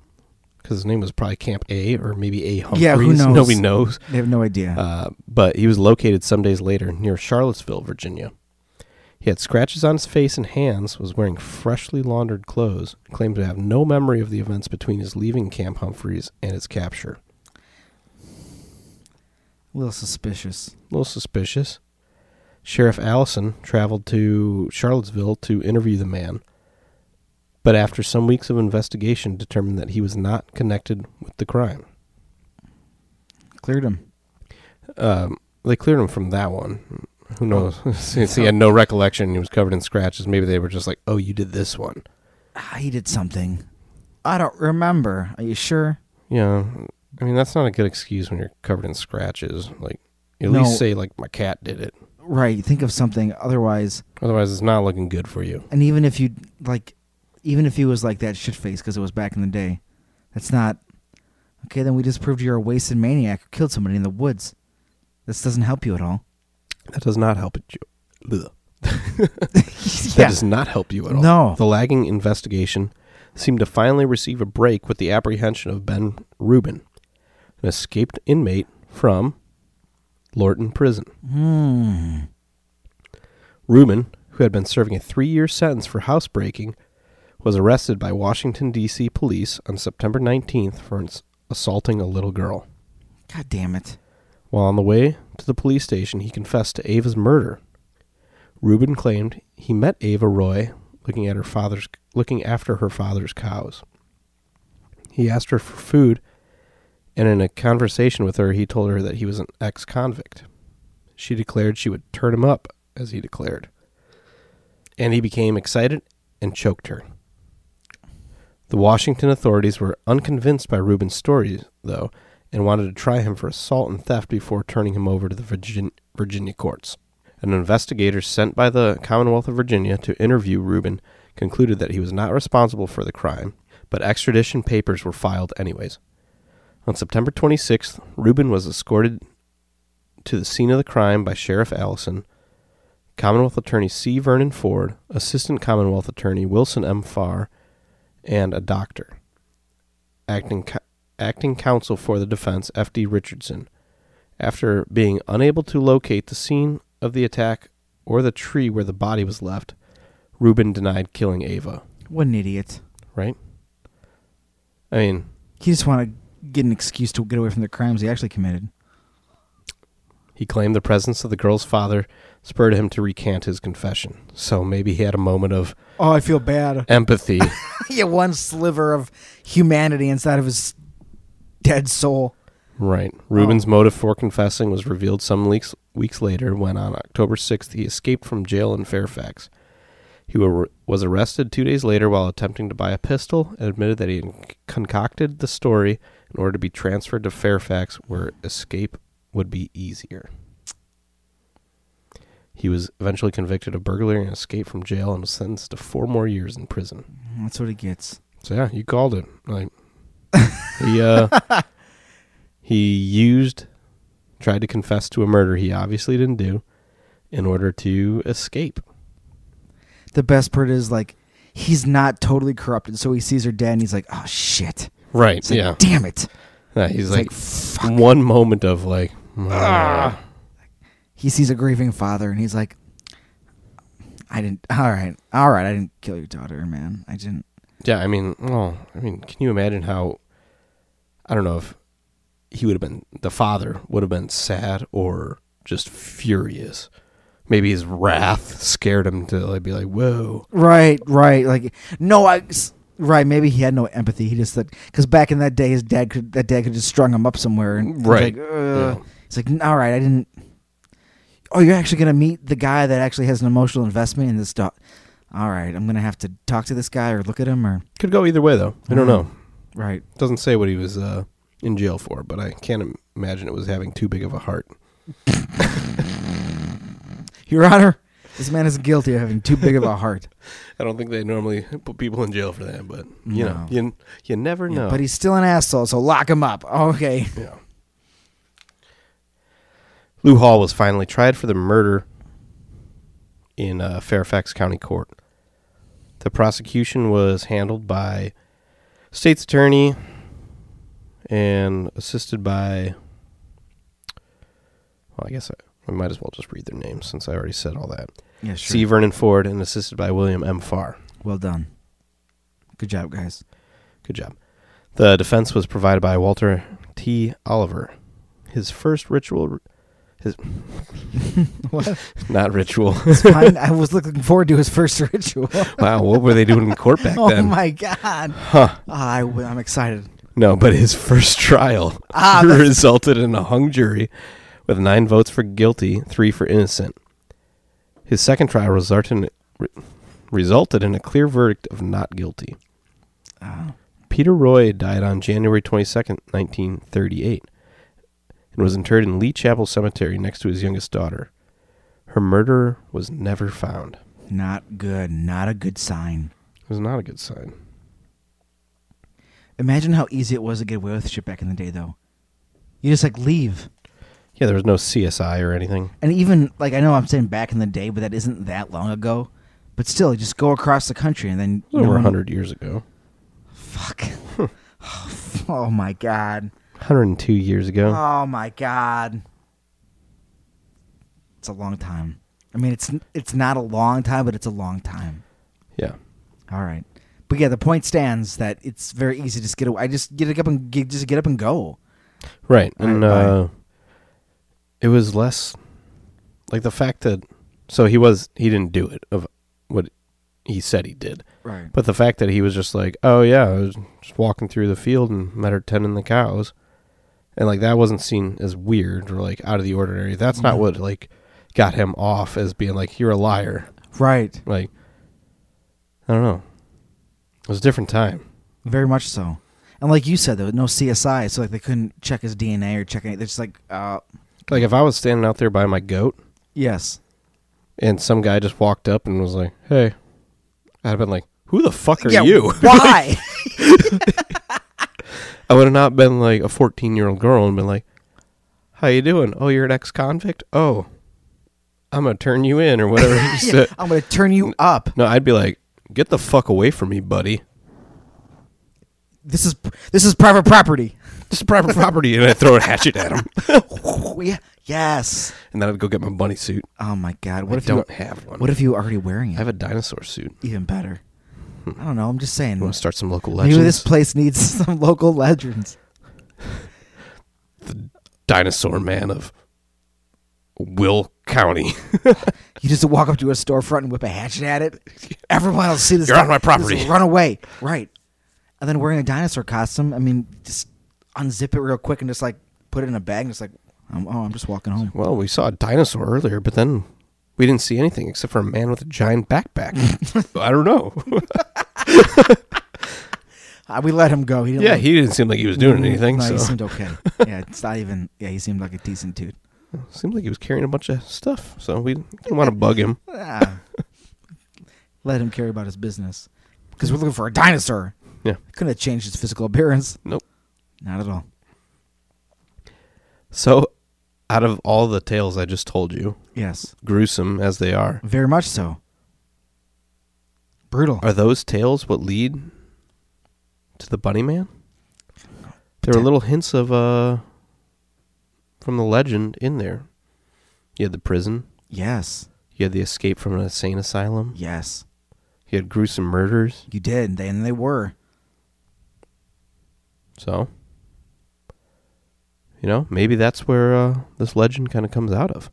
Speaker 1: because his name was probably Camp A or maybe A Humphreys.
Speaker 2: Yeah, who knows?
Speaker 1: Nobody knows.
Speaker 2: They have no idea.
Speaker 1: Uh, but he was located some days later near Charlottesville, Virginia. He had scratches on his face and hands, was wearing freshly laundered clothes, claimed to have no memory of the events between his leaving Camp Humphreys and his capture.
Speaker 2: a little suspicious.
Speaker 1: a little suspicious. Sheriff Allison traveled to Charlottesville to interview the man, but after some weeks of investigation, determined that he was not connected with the crime.
Speaker 2: Cleared him.
Speaker 1: Um, they cleared him from that one. Who knows? Since he had no recollection, he was covered in scratches. Maybe they were just like, "Oh, you did this one."
Speaker 2: Ah, he did something. I don't remember. Are you sure?
Speaker 1: Yeah, I mean that's not a good excuse when you're covered in scratches. Like, at
Speaker 2: No.
Speaker 1: least say like, "My cat did it."
Speaker 2: Right. Think of something. Otherwise,
Speaker 1: Otherwise, it's not looking good for you.
Speaker 2: and even if you like, even if he was like that shit face because it was back in the day, that's not okay. Then we just proved you're a wasted maniac who killed somebody in the woods. This doesn't help you at all.
Speaker 1: That does not help you. Ugh. That
Speaker 2: yeah.
Speaker 1: does not help you at all.
Speaker 2: No.
Speaker 1: The lagging investigation seemed to finally receive a break with the apprehension of Ben Rubin, an escaped inmate from Lorton Prison.
Speaker 2: Hmm.
Speaker 1: Rubin, who had been serving a three year sentence for housebreaking, was arrested by Washington, D.C. police on September 19th for ins- assaulting a little girl.
Speaker 2: God damn it.
Speaker 1: While on the way to the police station, he confessed to Ava's murder. Reuben claimed he met Ava Roy looking at her father's looking after her father's cows. He asked her for food, and in a conversation with her, he told her that he was an ex-convict. She declared she would turn him up, as he declared. And he became excited and choked her. The Washington authorities were unconvinced by Reuben's story, though, and wanted to try him for assault and theft before turning him over to the Virgin- Virginia courts. An investigator sent by the Commonwealth of Virginia to interview Reuben concluded that he was not responsible for the crime, but extradition papers were filed anyways. On September 26th, Reuben was escorted to the scene of the crime by Sheriff Allison, Commonwealth Attorney C. Vernon Ford, Assistant Commonwealth Attorney Wilson M. Farr, and a doctor. Acting, co- acting counsel for the defense, F.D. Richardson. After being unable to locate the scene of the attack or the tree where the body was left, Reuben denied killing Ava,
Speaker 2: What an idiot.
Speaker 1: right? I mean,
Speaker 2: He just wanted to get an excuse to get away from the crimes he actually committed.
Speaker 1: He claimed the presence of the girl's father spurred him to recant his confession. So maybe he had a moment of
Speaker 2: Oh, I feel bad.
Speaker 1: empathy.
Speaker 2: yeah, one sliver of humanity inside of his dead soul.
Speaker 1: right. Reuben's motive for confessing was revealed some weeks, weeks later when, on October 6th, he escaped from jail in Fairfax. He wa- was arrested two days later while attempting to buy a pistol and admitted that he had concocted the story in order to be transferred to Fairfax, where escape would be easier. He was eventually convicted of burglary and escape from jail and was sentenced to four more years in prison.
Speaker 2: Mm, That's what he gets.
Speaker 1: So yeah, you called it. Like he uh he used tried to confess to a murder he obviously didn't do in order to escape.
Speaker 2: The best part is like he's not totally corrupted, so he sees her dead and he's like, "Oh shit!"
Speaker 1: Right.
Speaker 2: It's like, damn it.
Speaker 1: Yeah, he's
Speaker 2: It's like,
Speaker 1: like,
Speaker 2: fuck. Ah.
Speaker 1: one moment of like
Speaker 2: He sees a grieving father and he's like, "I didn't. All right, all right. I didn't kill your daughter, man. I didn't."
Speaker 1: Yeah, I mean, oh, I mean, can you imagine how? I don't know if he would have been the father would have been sad or just furious. Maybe his wrath scared him to like be like, "Whoa,
Speaker 2: Right, right. Like no, I. s- Right, maybe he had no empathy. He just said because back in that day, his dad could that dad could just strung him up somewhere. And he's
Speaker 1: Right.
Speaker 2: like, "Ugh."
Speaker 1: Yeah.
Speaker 2: It's like, all right, I didn't. Oh, you're actually gonna meet the guy that actually has an emotional investment in this dog. All right, I'm gonna have to talk to this guy or look at him or
Speaker 1: could go either way." Though
Speaker 2: Mm-hmm.
Speaker 1: I don't know.
Speaker 2: right.
Speaker 1: Doesn't say what he was uh, in jail for, but I can't im- imagine it was having too big of a heart.
Speaker 2: Your Honor, this man is guilty of having too big of a heart.
Speaker 1: I don't think they normally put people in jail for that, but you know,
Speaker 2: No.
Speaker 1: you you never know.
Speaker 2: But he's still an asshole, so lock him up. Okay.
Speaker 1: Yeah. Lou Hall was finally tried for the murder in uh, Fairfax County Court. The prosecution was handled by state's attorney and assisted by. Well, I guess I, we might as well just read their names since I already said all that.
Speaker 2: Yeah,
Speaker 1: C. Vernon Ford and assisted by William M. Farr.
Speaker 2: Well done. Good job, guys.
Speaker 1: Good job. The defense was provided by Walter T. Oliver. His first ritual, his
Speaker 2: What?
Speaker 1: not ritual.
Speaker 2: It's fine. I was looking forward to his first ritual.
Speaker 1: wow, what were they doing in court back
Speaker 2: oh
Speaker 1: then?
Speaker 2: my god. Ah,
Speaker 1: Huh?
Speaker 2: I, am excited.
Speaker 1: No, but his first trial
Speaker 2: Ah, that's-
Speaker 1: resulted in a hung jury with nine votes for guilty, three for innocent. His second trial resulted in, re- resulted in a clear verdict of not guilty.
Speaker 2: Oh.
Speaker 1: Peter Roy died on January 22nd, 1938, and was interred in Lee Chapel Cemetery next to his youngest daughter. Her murderer was never found.
Speaker 2: Not good. Not a good sign.
Speaker 1: It was not a good sign.
Speaker 2: Imagine how easy it was to get away with shit back in the day, though. You just like leave.
Speaker 1: Yeah, there was no CSI or anything.
Speaker 2: And even like I know I'm saying back in the day, but that isn't that long ago. But still, just go across the country and then
Speaker 1: Over
Speaker 2: no
Speaker 1: a
Speaker 2: one-
Speaker 1: 100 years ago.
Speaker 2: Fuck. oh my god.
Speaker 1: 102
Speaker 2: Ah.
Speaker 1: years ago.
Speaker 2: Oh my god. It's a long time. I mean, it's it's not a long time, but it's a long time.
Speaker 1: Yeah.
Speaker 2: All right, but yeah, the point stands that it's very easy to just get away. I just get up and get, just get up and go.
Speaker 1: Right.
Speaker 2: All
Speaker 1: And
Speaker 2: right, bye.
Speaker 1: uh, it was less like the fact that so he was he didn't do it of what he said he did.
Speaker 2: Right.
Speaker 1: But the fact that he was just like, "Oh yeah, I was just walking through the field and met her tending the cows," and like that wasn't seen as weird or like out of the ordinary. That's not
Speaker 2: Mhm.
Speaker 1: what like got him off as being like, "You're a liar."
Speaker 2: Right.
Speaker 1: Like, I don't know. It was a different time.
Speaker 2: Very much so. And like you said, there was no CSI, so like they couldn't check his DNA or check any. They're just like, uh,
Speaker 1: Like if I was standing out there by my goat
Speaker 2: yes,
Speaker 1: and some guy just walked up and was like, "Hey," I'd have been like, "Who the fuck are
Speaker 2: Yeah,
Speaker 1: you?"
Speaker 2: Why?
Speaker 1: I would have not been like a 14 year old girl and been like, "How you doing? Oh, you're an ex convict. Oh, I'm gonna turn you in or whatever." he
Speaker 2: Yeah,
Speaker 1: said.
Speaker 2: I'm gonna turn you up.
Speaker 1: No, I'd be like, "Get the fuck away from me, buddy.
Speaker 2: This is this is private property.
Speaker 1: This is private property," and I'd throw a hatchet at him,
Speaker 2: yeah. Yes.
Speaker 1: and then I'd go get my bunny suit.
Speaker 2: Oh my God. What
Speaker 1: I
Speaker 2: if
Speaker 1: don't
Speaker 2: you?
Speaker 1: have one.
Speaker 2: What if you were already wearing
Speaker 1: I
Speaker 2: it?
Speaker 1: have a dinosaur suit?
Speaker 2: Even better. I don't know. I'm just saying.
Speaker 1: You want to start some local
Speaker 2: Maybe
Speaker 1: Hmm. legends?
Speaker 2: this place needs some local legends.
Speaker 1: dinosaur man of Will County.
Speaker 2: You just walk up to a storefront and whip a hatchet at it. Everyone will see this.
Speaker 1: You're on
Speaker 2: di-
Speaker 1: my property.
Speaker 2: just run away. Right. And then wearing a dinosaur costume, I mean, just unzip it real quick and just like put it in a bag and just like, um, oh, I'm just walking home.
Speaker 1: well, we saw a dinosaur earlier, but then we didn't see anything except for a man with a giant backpack. I don't know.
Speaker 2: Uh, we let him go. He didn't
Speaker 1: yeah,
Speaker 2: like- Mm,
Speaker 1: he didn't seem like he was doing anything.
Speaker 2: No,
Speaker 1: so
Speaker 2: he
Speaker 1: seemed-,
Speaker 2: seemed okay. yeah, it's not even. Yeah, he seemed like a decent dude.
Speaker 1: like he was carrying a bunch of stuff. So we didn't want to bug him.
Speaker 2: Ah. let him carry about his business because we're looking for a dinosaur.
Speaker 1: Yeah.
Speaker 2: Couldn't have changed his physical appearance.
Speaker 1: Nope.
Speaker 2: Not at all.
Speaker 1: So, out of all the tales I just told you,
Speaker 2: Yes,
Speaker 1: gruesome as they are,
Speaker 2: very much so. Uh, Brutal.
Speaker 1: are those tales what lead to the bunny man? There were little hints of uh from the legend in there. You had the prison.
Speaker 2: Yes,
Speaker 1: You had the escape from an insane asylum.
Speaker 2: yes,
Speaker 1: You had gruesome murders.
Speaker 2: you did. They, and they were.
Speaker 1: So, you know, maybe that's where uh, this legend kind of comes out of.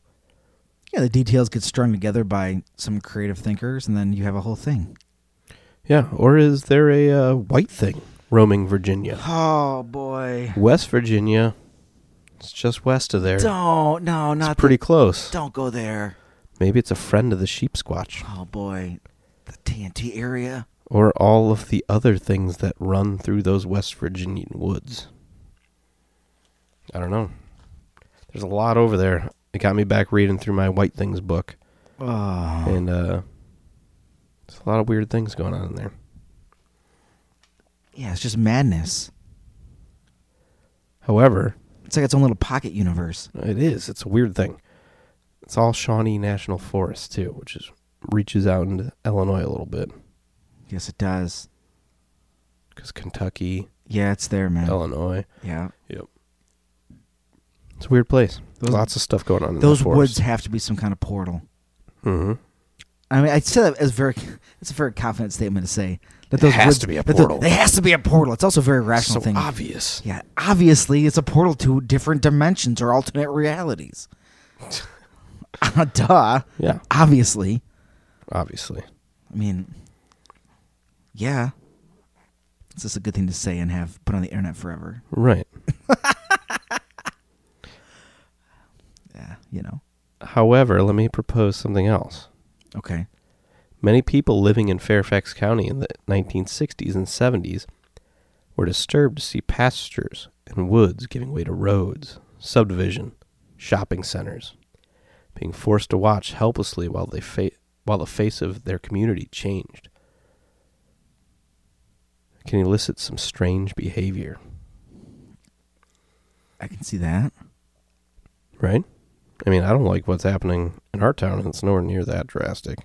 Speaker 2: Yeah, the details get strung together by some creative thinkers, and then you have a whole thing.
Speaker 1: Yeah. Or is there a uh, white thing roaming Virginia?
Speaker 2: Oh boy!
Speaker 1: West Virginia. It's just west of there.
Speaker 2: Don't no,
Speaker 1: it's
Speaker 2: not
Speaker 1: pretty close.
Speaker 2: Don't go there.
Speaker 1: Maybe it's a friend of the sheep squatch
Speaker 2: Oh boy, the TNT area.
Speaker 1: or all of the other things that run through those West Virginian woods. I don't know. There's a lot over there. It got me back reading through my White Things book.
Speaker 2: Oh.
Speaker 1: and uh there's a lot of weird things going on in there.
Speaker 2: Yeah, it's just madness.
Speaker 1: However,
Speaker 2: It's like its own little pocket universe.
Speaker 1: it is it's a weird thing. It's all Shawnee National Forest too, which is reaches out into Illinois a little bit
Speaker 2: Yes, it does.
Speaker 1: because Kentucky,
Speaker 2: Yeah, it's there, man.
Speaker 1: Illinois.
Speaker 2: Yeah.
Speaker 1: Yep. It's a weird place.
Speaker 2: Those-
Speaker 1: Lots of stuff going on in
Speaker 2: Those
Speaker 1: that
Speaker 2: woods
Speaker 1: forest.
Speaker 2: have to be some kind of portal.
Speaker 1: hmm
Speaker 2: I mean, I'd say that as very, it's a very confident statement to say that those
Speaker 1: has
Speaker 2: woods,
Speaker 1: to be a
Speaker 2: that tho-
Speaker 1: portal.
Speaker 2: there has to be a portal. It's also a very rational
Speaker 1: So
Speaker 2: thing.
Speaker 1: obvious.
Speaker 2: yeah, obviously, it's a portal to different dimensions or alternate realities. Uh, Duh.
Speaker 1: Yeah,
Speaker 2: Obviously.
Speaker 1: obviously.
Speaker 2: I mean, yeah. It's just a good thing to say and have put on the internet forever.
Speaker 1: Right.
Speaker 2: Yeah, you know.
Speaker 1: However, let me propose something else.
Speaker 2: Okay.
Speaker 1: Many people living in Fairfax County in the 1960s and 70s were disturbed to see pastures and woods giving way to roads, subdivision, shopping centers, being forced to watch helplessly while they fa- while the face of their community changed. Can elicit some strange behavior,
Speaker 2: I can see that.
Speaker 1: right? I mean, I don't like what's happening in our town, and it's nowhere near that drastic.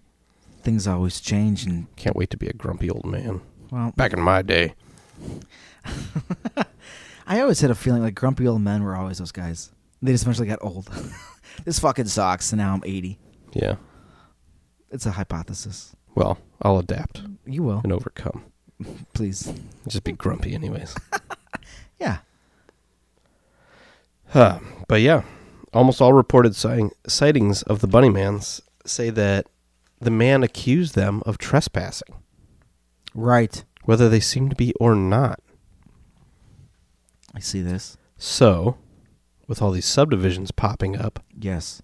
Speaker 2: Things always change, and
Speaker 1: Can't wait to be a grumpy old man.
Speaker 2: well,
Speaker 1: Back in my day,
Speaker 2: I always had a feeling like grumpy old men were always those guys. They just eventually got old. this fucking sucks, and now I'm 80.
Speaker 1: yeah.
Speaker 2: It's a hypothesis.
Speaker 1: Well, I'll adapt
Speaker 2: You will,
Speaker 1: and overcome.
Speaker 2: please.
Speaker 1: Just be grumpy, anyways.
Speaker 2: Yeah.
Speaker 1: Huh. But yeah, almost all reported sighting, sightings of the Bunnymans say that the man accused them of trespassing,
Speaker 2: Right.
Speaker 1: whether they seemed to be or not.
Speaker 2: I see this.
Speaker 1: So, with all these subdivisions popping up,
Speaker 2: Yes.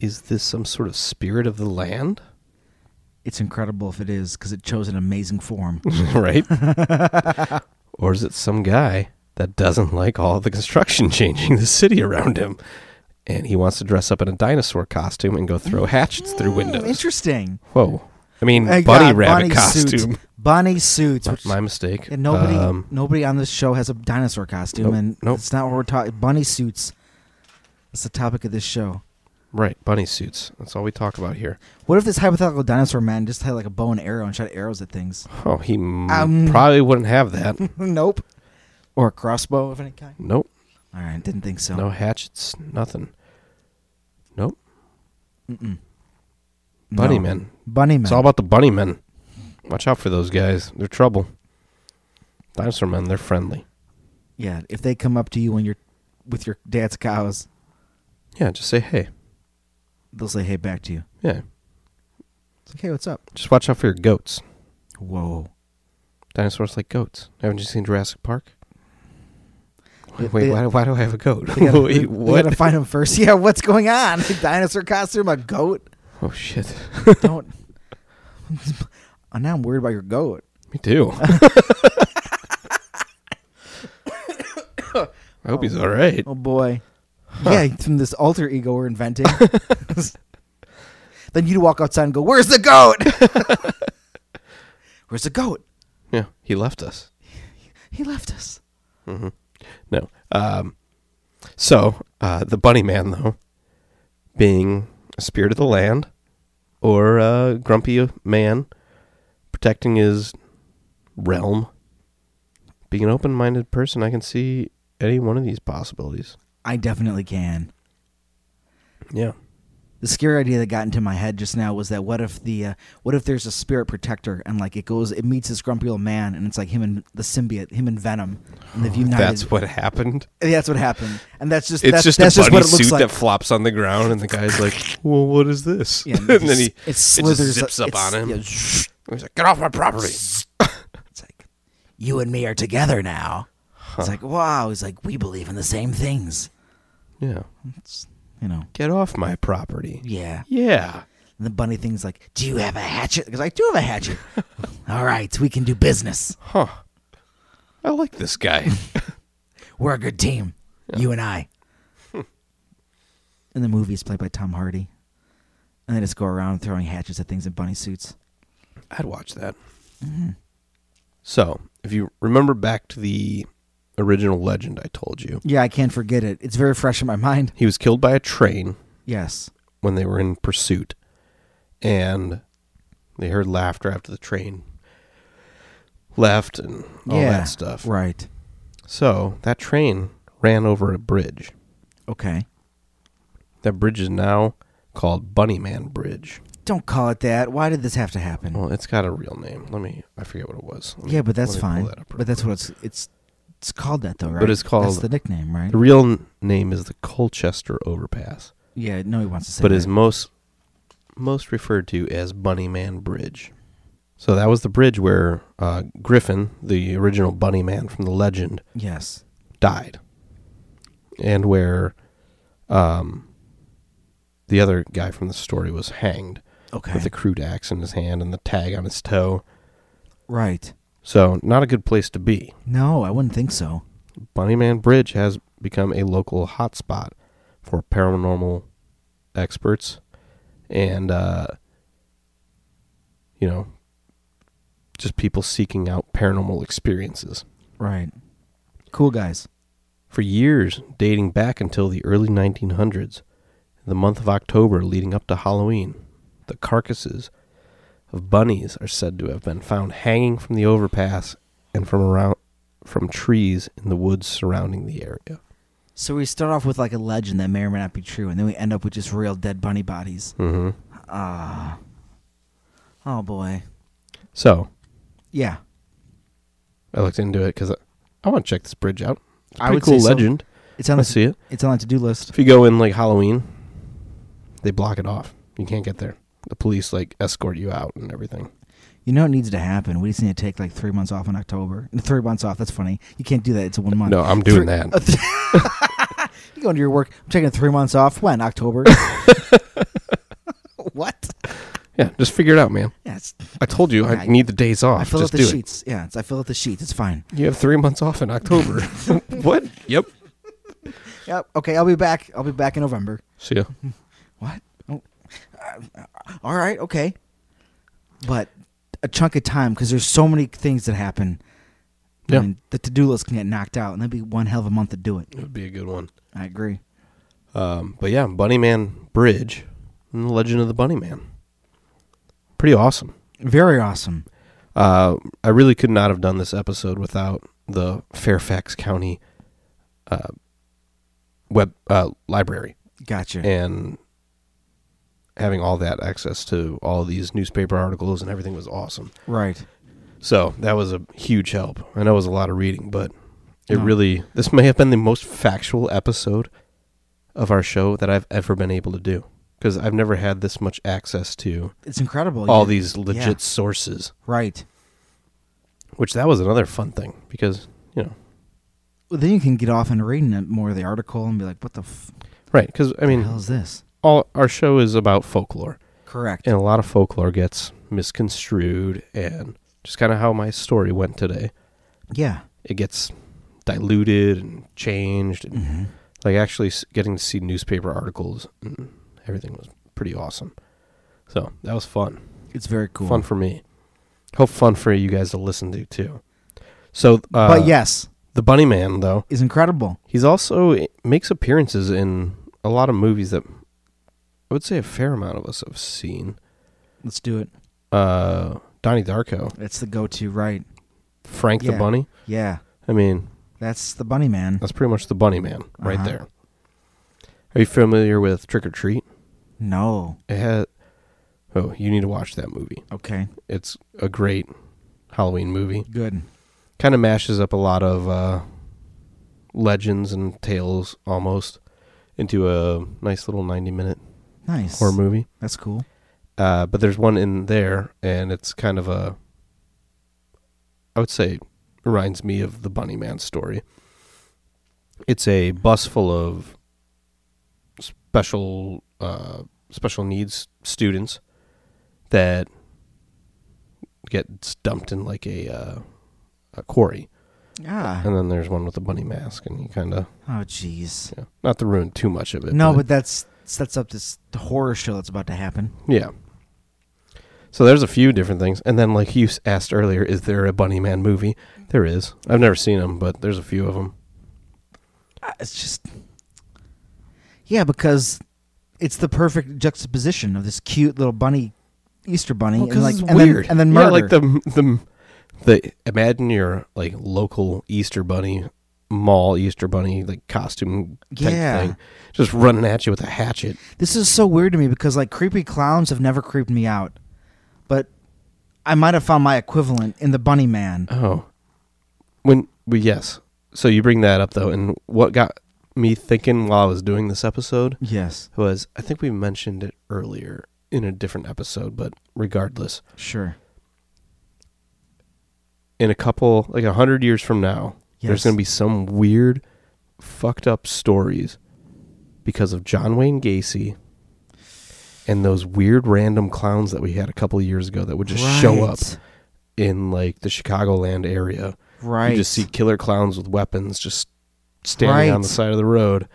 Speaker 1: is this some sort of spirit of the land?
Speaker 2: It's incredible if it is because it chose an amazing form.
Speaker 1: right? or is it some guy that doesn't like all the construction changing the city around him and he wants to dress up in a dinosaur costume and go throw hatchets through
Speaker 2: Hmm,
Speaker 1: windows?
Speaker 2: Interesting.
Speaker 1: Whoa. I mean,
Speaker 2: I
Speaker 1: bunny
Speaker 2: got
Speaker 1: rabbit
Speaker 2: bunny
Speaker 1: costume.
Speaker 2: Suits. Bunny suits.
Speaker 1: My-
Speaker 2: Which,
Speaker 1: My mistake.
Speaker 2: yeah, nobody,
Speaker 1: Um,
Speaker 2: nobody on this show has a dinosaur costume,
Speaker 1: Nope,
Speaker 2: and
Speaker 1: nope.
Speaker 2: it's not what we're talking. Bunny suits. That's the topic of this show.
Speaker 1: right, bunny suits. That's all we talk about here.
Speaker 2: What if this hypothetical dinosaur man just had like a bow and arrow and shot arrows at things?
Speaker 1: Oh, he m-
Speaker 2: Um.
Speaker 1: probably wouldn't have that.
Speaker 2: nope. Or a crossbow of any kind.
Speaker 1: nope.
Speaker 2: All right, didn't think so.
Speaker 1: No hatchets, nothing. Nope.
Speaker 2: Mm-mm.
Speaker 1: Bunny
Speaker 2: No.
Speaker 1: men.
Speaker 2: Bunny man.
Speaker 1: It's all about the bunny men. Watch out for those guys. They're trouble. Dinosaur men, they're friendly.
Speaker 2: yeah, if they come up to you when you're with your dad's cows,
Speaker 1: Yeah, just say hey.
Speaker 2: they'll say hey back to you.
Speaker 1: Yeah.
Speaker 2: It's like, hey, what's up?
Speaker 1: Just watch out for your goats.
Speaker 2: Whoa.
Speaker 1: Dinosaurs like goats. Haven't you seen Jurassic Park?
Speaker 2: They-
Speaker 1: Wait,
Speaker 2: they-
Speaker 1: why, why do I have a goat?
Speaker 2: We gotta,
Speaker 1: Wait,
Speaker 2: we- we
Speaker 1: what?
Speaker 2: gotta find him first. Yeah, what's going on? A dinosaur costume, a goat?
Speaker 1: oh shit.
Speaker 2: Don't. Oh, now I'm worried about your goat.
Speaker 1: Me too. I hope he's all right.
Speaker 2: Oh boy. Yeah, from this alter ego we're inventing. then you'd walk outside and go, "Where's the goat? Where's the goat?
Speaker 1: Yeah, he left us.
Speaker 2: He left us."
Speaker 1: hmm No. Um, so uh, the bunny man, though, being a spirit of the land or a grumpy man protecting his realm, being an open-minded person, I can see any one of these possibilities.
Speaker 2: I definitely can.
Speaker 1: Yeah.
Speaker 2: The scary idea that got into my head just now was that what if the uh, what if there's a spirit protector and like it goes it meets this grumpy old man and it's like him and the symbiote him and Venom and they've united.
Speaker 1: Oh, That's what happened.
Speaker 2: Yeah, That's what happened, and that's just
Speaker 1: It's
Speaker 2: that's,
Speaker 1: just
Speaker 2: that's
Speaker 1: a
Speaker 2: just
Speaker 1: bunny
Speaker 2: what it looks
Speaker 1: suit
Speaker 2: like.
Speaker 1: that flops on the ground, and the guy's like, "Well, what is this?"
Speaker 2: Yeah,
Speaker 1: and then he
Speaker 2: it slithers
Speaker 1: zips up
Speaker 2: it's-
Speaker 1: on him.
Speaker 2: yeah, zzz.
Speaker 1: he's like, "Get off my property!"
Speaker 2: it's like you and me are together now. It's like wow. He's like we believe in the same things.
Speaker 1: Yeah,
Speaker 2: It's, you know,
Speaker 1: get off my property.
Speaker 2: yeah.
Speaker 1: Yeah.
Speaker 2: And the bunny thing's like, do you have a hatchet? Because I do have a hatchet. All right, we can do business.
Speaker 1: Huh. I like this guy.
Speaker 2: We're a good team, you and I.
Speaker 1: Hmm.
Speaker 2: and the movie is played by Tom Hardy, and they just go around throwing hatchets at things in bunny suits.
Speaker 1: I'd watch that.
Speaker 2: Mm-hmm.
Speaker 1: So, if you remember back to the original legend I told you,
Speaker 2: Yeah, I can't forget it. It's very fresh in my mind.
Speaker 1: he was killed by a train
Speaker 2: Yes.
Speaker 1: when they were in pursuit. And they heard laughter after the train left and all that stuff.
Speaker 2: Right.
Speaker 1: So, that train ran over a bridge.
Speaker 2: Okay.
Speaker 1: That bridge is now called Bunnyman Bridge.
Speaker 2: Don't call it that. Why did this have to happen?
Speaker 1: Well, it's got a real name. Let me, I forget what it was. Let me-
Speaker 2: yeah, but that's
Speaker 1: let me pull
Speaker 2: fine.
Speaker 1: that up real
Speaker 2: but that's what it's it's it's called that though, right? that's
Speaker 1: it's called-
Speaker 2: the nickname, right?
Speaker 1: The real n- name is the Colchester Overpass,
Speaker 2: yeah. No, he wants to say.
Speaker 1: but
Speaker 2: that.
Speaker 1: is most most referred to as Bunnyman Bridge. So that was the bridge where uh, Griffin, the original Bunnyman from the legend,
Speaker 2: yes.
Speaker 1: died, and where um, the other guy from the story was hanged
Speaker 2: Okay.
Speaker 1: with a crude axe in his hand and the tag on his toe.
Speaker 2: right.
Speaker 1: So not a good place to be.
Speaker 2: No, I wouldn't think so.
Speaker 1: Bunnyman Bridge has become a local hotspot for paranormal experts and, uh, you know, just people seeking out paranormal experiences.
Speaker 2: Right. Cool guys.
Speaker 1: For years, dating back until the early 1900s, in the month of October leading up to Halloween, the carcasses of bunnies are said to have been found hanging from the overpass and from around from trees in the woods surrounding the area.
Speaker 2: So we start off with like a legend that may or may not be true, and then we end up with just real dead bunny bodies.
Speaker 1: Mm-hmm.
Speaker 2: Ah. oh boy.
Speaker 1: So
Speaker 2: Yeah.
Speaker 1: I looked into it because I, I want to check this bridge out. It's a
Speaker 2: I
Speaker 1: pretty
Speaker 2: would
Speaker 1: cool
Speaker 2: say so.
Speaker 1: legend.
Speaker 2: It's on
Speaker 1: I
Speaker 2: the
Speaker 1: see it.
Speaker 2: it's on the to-do list.
Speaker 1: If you go in like Halloween, they block it off. You can't get there. The police like escort you out and everything.
Speaker 2: You know it needs to happen. We just need to take like 3 months off in October. 3 months off. That's funny. You can't do that. It's a one month.
Speaker 1: No, I'm doing
Speaker 2: Three-
Speaker 1: that.
Speaker 2: a th- you going to your work. I'm taking 3 months off. When? October. what?
Speaker 1: Yeah, just figure it out, man.
Speaker 2: Yes.
Speaker 1: I told you I
Speaker 2: I-
Speaker 1: need the days off.
Speaker 2: I fill out
Speaker 1: Oh, just
Speaker 2: the
Speaker 1: do it.
Speaker 2: sheets. Yeah, it's, I fill out the sheets. It's fine.
Speaker 1: You have three months off in October. what? Yep.
Speaker 2: Yep. Okay, I'll be back. I'll be back in November.
Speaker 1: See ya.
Speaker 2: What? Oh, uh, all right, okay. But a chunk of time because there's so many things that happen.
Speaker 1: Yeah.
Speaker 2: I mean, the to-do list can get knocked out, and that'd be one hell of a month to do it.
Speaker 1: It would be a good one.
Speaker 2: I agree.
Speaker 1: Um, but yeah, Bunny Man Bridge and the Legend of the Bunny Man. Pretty awesome.
Speaker 2: Very awesome.
Speaker 1: Uh, I really could not have done this episode without the Fairfax County uh, web uh, library
Speaker 2: Gotcha.
Speaker 1: and having all that access to all these newspaper articles and everything was awesome.
Speaker 2: right.
Speaker 1: So that was a huge help. I know it was a lot of reading, but it
Speaker 2: No.
Speaker 1: really this may have been the most factual episode of our show that I've ever been able to do because I've never had this much access to
Speaker 2: It's incredible.
Speaker 1: all
Speaker 2: You-
Speaker 1: these legit
Speaker 2: yeah.
Speaker 1: sources.
Speaker 2: Right.
Speaker 1: Which that was another fun thing because you know
Speaker 2: Well, then you can get off and reading it more of the article and be like, "What the, f-
Speaker 1: right because I
Speaker 2: the hell
Speaker 1: mean
Speaker 2: is this?"
Speaker 1: all our show is about folklore
Speaker 2: Correct.
Speaker 1: and a lot of folklore gets misconstrued and just kind of how my story went today.
Speaker 2: Yeah.
Speaker 1: It gets diluted and changed and
Speaker 2: hmm
Speaker 1: like actually s- getting to see newspaper articles and everything was pretty awesome. So that was fun,
Speaker 2: It's very cool.
Speaker 1: fun for me. Hope fun for you guys to listen to too. So, uh,
Speaker 2: but yes,
Speaker 1: the Bunny Man though,
Speaker 2: it's incredible.
Speaker 1: he's also it makes appearances in a lot of movies that I would say a fair amount of us have seen.
Speaker 2: Let's do it.
Speaker 1: Uh, Donnie Darko,
Speaker 2: It's the go-to, right?
Speaker 1: Frank the
Speaker 2: Yeah.
Speaker 1: Bunny.
Speaker 2: Yeah.
Speaker 1: I mean,
Speaker 2: That's the bunny man.
Speaker 1: that's pretty much the Bunny Man right
Speaker 2: Uh-huh.
Speaker 1: there. Are you familiar with Trick or Treat?
Speaker 2: No.
Speaker 1: It had. Oh, you need to watch that movie.
Speaker 2: Okay.
Speaker 1: it's a great Halloween movie.
Speaker 2: Good.
Speaker 1: Kind of mashes up a lot of uh, legends and tales almost into a nice little 90 minute
Speaker 2: Nice.
Speaker 1: horror movie.
Speaker 2: That's cool.
Speaker 1: Uh, but there's one in there, and it's kind of a. I would say reminds me of the Bunny Man story. It's a bus full of special uh, special needs students that get dumped in like a, uh, a quarry,
Speaker 2: Ah.
Speaker 1: and then there's one with a bunny mask, and you kind of
Speaker 2: Oh, jeez.
Speaker 1: yeah, not to ruin too much of it.
Speaker 2: No, but that sets up this horror show that's about to happen.
Speaker 1: Yeah. So there's a few different things, and then like you s- asked earlier, is there a Bunny Man movie? There is. I've never seen them, but there's a few of them.
Speaker 2: Uh, It's just. Yeah, because it's the perfect juxtaposition of this cute little bunny, Easter bunny, and like and then, and then murder.
Speaker 1: Yeah, like the the the imagine your like local Easter Bunny mall Easter Bunny like costume type
Speaker 2: Yeah.
Speaker 1: thing, just running at you with a hatchet.
Speaker 2: This is so weird to me because like creepy clowns have never creeped me out, but I might have found my equivalent in the bunny man.
Speaker 1: Oh, when well, yes. So you bring that up though, and what got me thinking while I was doing this episode
Speaker 2: Yes.
Speaker 1: was I think we mentioned it earlier in a different episode, but regardless,
Speaker 2: Sure.
Speaker 1: in a couple like a hundred years from now, there's
Speaker 2: Yes.
Speaker 1: gonna be some weird, fucked up stories because of John Wayne Gacy and those weird random clowns that we had a couple years ago that would just show up
Speaker 2: Right.
Speaker 1: in like the Chicagoland area.
Speaker 2: Right.
Speaker 1: You just see killer clowns with weapons just standing on
Speaker 2: Right.
Speaker 1: the side of the road.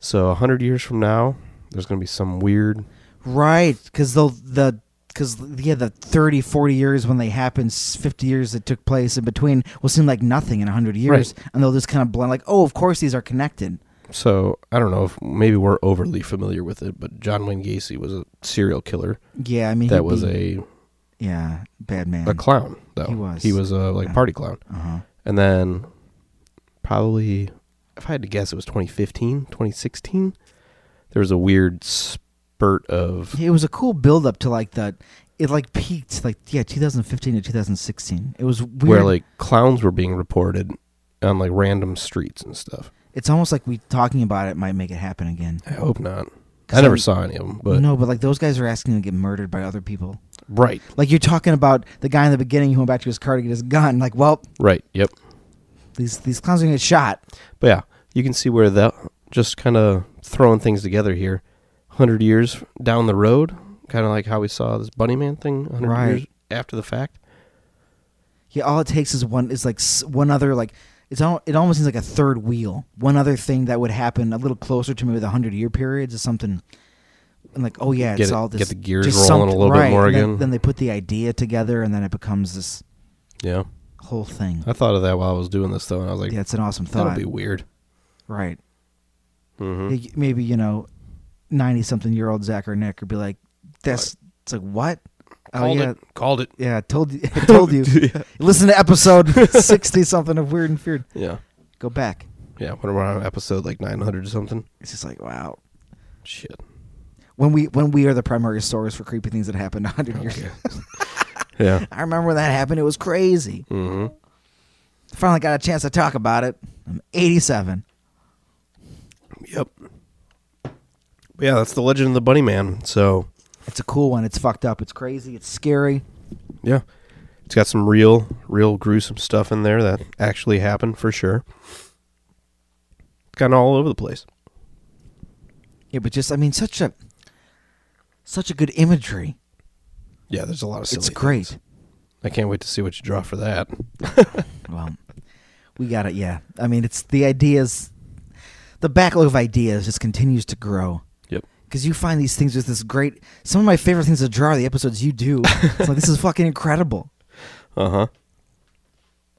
Speaker 1: So a hundred years from now, there's gonna be some weird
Speaker 2: Right, because the the because yeah, the 30, 40 years when they happened, s- fifty years that took place in between will seem like nothing in hundred years, and they'll just kind of blend like, oh, of course these are connected.
Speaker 1: So I don't know if maybe we're overly familiar with it, but John Wayne Gacy was a serial killer
Speaker 2: Yeah, I mean
Speaker 1: that
Speaker 2: he'd
Speaker 1: was
Speaker 2: be-
Speaker 1: a
Speaker 2: yeah bad man.
Speaker 1: a clown though.
Speaker 2: He was.
Speaker 1: he was a like
Speaker 2: Yeah.
Speaker 1: party clown,
Speaker 2: uh-huh.
Speaker 1: and then probably if I had to guess, it was 2015, 2016. There was a weird s- spurt of
Speaker 2: It was a cool build up to like the it like peaked like yeah 2015 to 2016. It was weird.
Speaker 1: where like clowns were being reported on like random streets and stuff.
Speaker 2: it's almost like we talking about it might make it happen again.
Speaker 1: I hope not.
Speaker 2: 'Cause
Speaker 1: I never
Speaker 2: I'm-
Speaker 1: saw any of them, but
Speaker 2: no, but like those guys are asking to get murdered by other people.
Speaker 1: right,
Speaker 2: Like you're talking about the guy in the beginning who went back to his car to get his gun. Like, well,
Speaker 1: right, yep.
Speaker 2: these these clowns are gonna get shot.
Speaker 1: But yeah, you can see where that just kind of throwing things together here. Hundred years down the road, kind of like how we saw this Bunny Man thing. Hundred
Speaker 2: Right.
Speaker 1: years after the fact.
Speaker 2: Yeah, all it takes is one is like s- one other like it's all, it almost seems like a third wheel. One other thing that would happen a little closer to maybe the hundred year periods is something. And like, oh yeah,
Speaker 1: Get
Speaker 2: it's
Speaker 1: it-
Speaker 2: all this.
Speaker 1: get the gears
Speaker 2: just
Speaker 1: rolling a
Speaker 2: something-
Speaker 1: little bit
Speaker 2: right,
Speaker 1: more
Speaker 2: and then-
Speaker 1: again.
Speaker 2: Then they put the idea together, and then it becomes this
Speaker 1: Yeah,
Speaker 2: whole thing.
Speaker 1: I thought of that while I was doing this though, and I was like,
Speaker 2: yeah, it's an awesome
Speaker 1: that'll
Speaker 2: thought.
Speaker 1: be weird.
Speaker 2: right.
Speaker 1: Mm-hmm.
Speaker 2: Y- Maybe you know, ninety something year old Zach or Nick would be like, "That's it's like what?
Speaker 1: Called
Speaker 2: oh yeah,
Speaker 1: it. Called it.
Speaker 2: yeah. I Told you. I told you.
Speaker 1: yeah.
Speaker 2: Listen to episode sixty something of Weird and Feared.
Speaker 1: yeah,
Speaker 2: Go back.
Speaker 1: yeah. When we're on episode like nine hundred or something.
Speaker 2: It's just like wow.
Speaker 1: Shit.
Speaker 2: when we when we are the primary source for creepy things that happened 100 years ago.
Speaker 1: Okay. yeah.
Speaker 2: I remember when that happened. It was crazy.
Speaker 1: Mm-hmm.
Speaker 2: Finally got a chance to talk about it. I'm 87.
Speaker 1: Yep. But yeah, that's the legend of the Bunny Man. So
Speaker 2: It's a cool one. It's fucked up. It's crazy. It's scary.
Speaker 1: yeah, it's got some real, real gruesome stuff in there that actually happened for sure. It's kind of all over the place.
Speaker 2: Yeah, but just I mean such a such a good imagery.
Speaker 1: Yeah, there's a lot of silly.
Speaker 2: it's great.
Speaker 1: things. I can't wait to see what you draw for that.
Speaker 2: Well, we got it. Yeah. I mean, it's the ideas the backlog of ideas just continues to grow.
Speaker 1: Yep.
Speaker 2: Because you find these things with this great. Some of my favorite things to draw are the episodes you do. it's like, this is fucking incredible.
Speaker 1: Uh huh.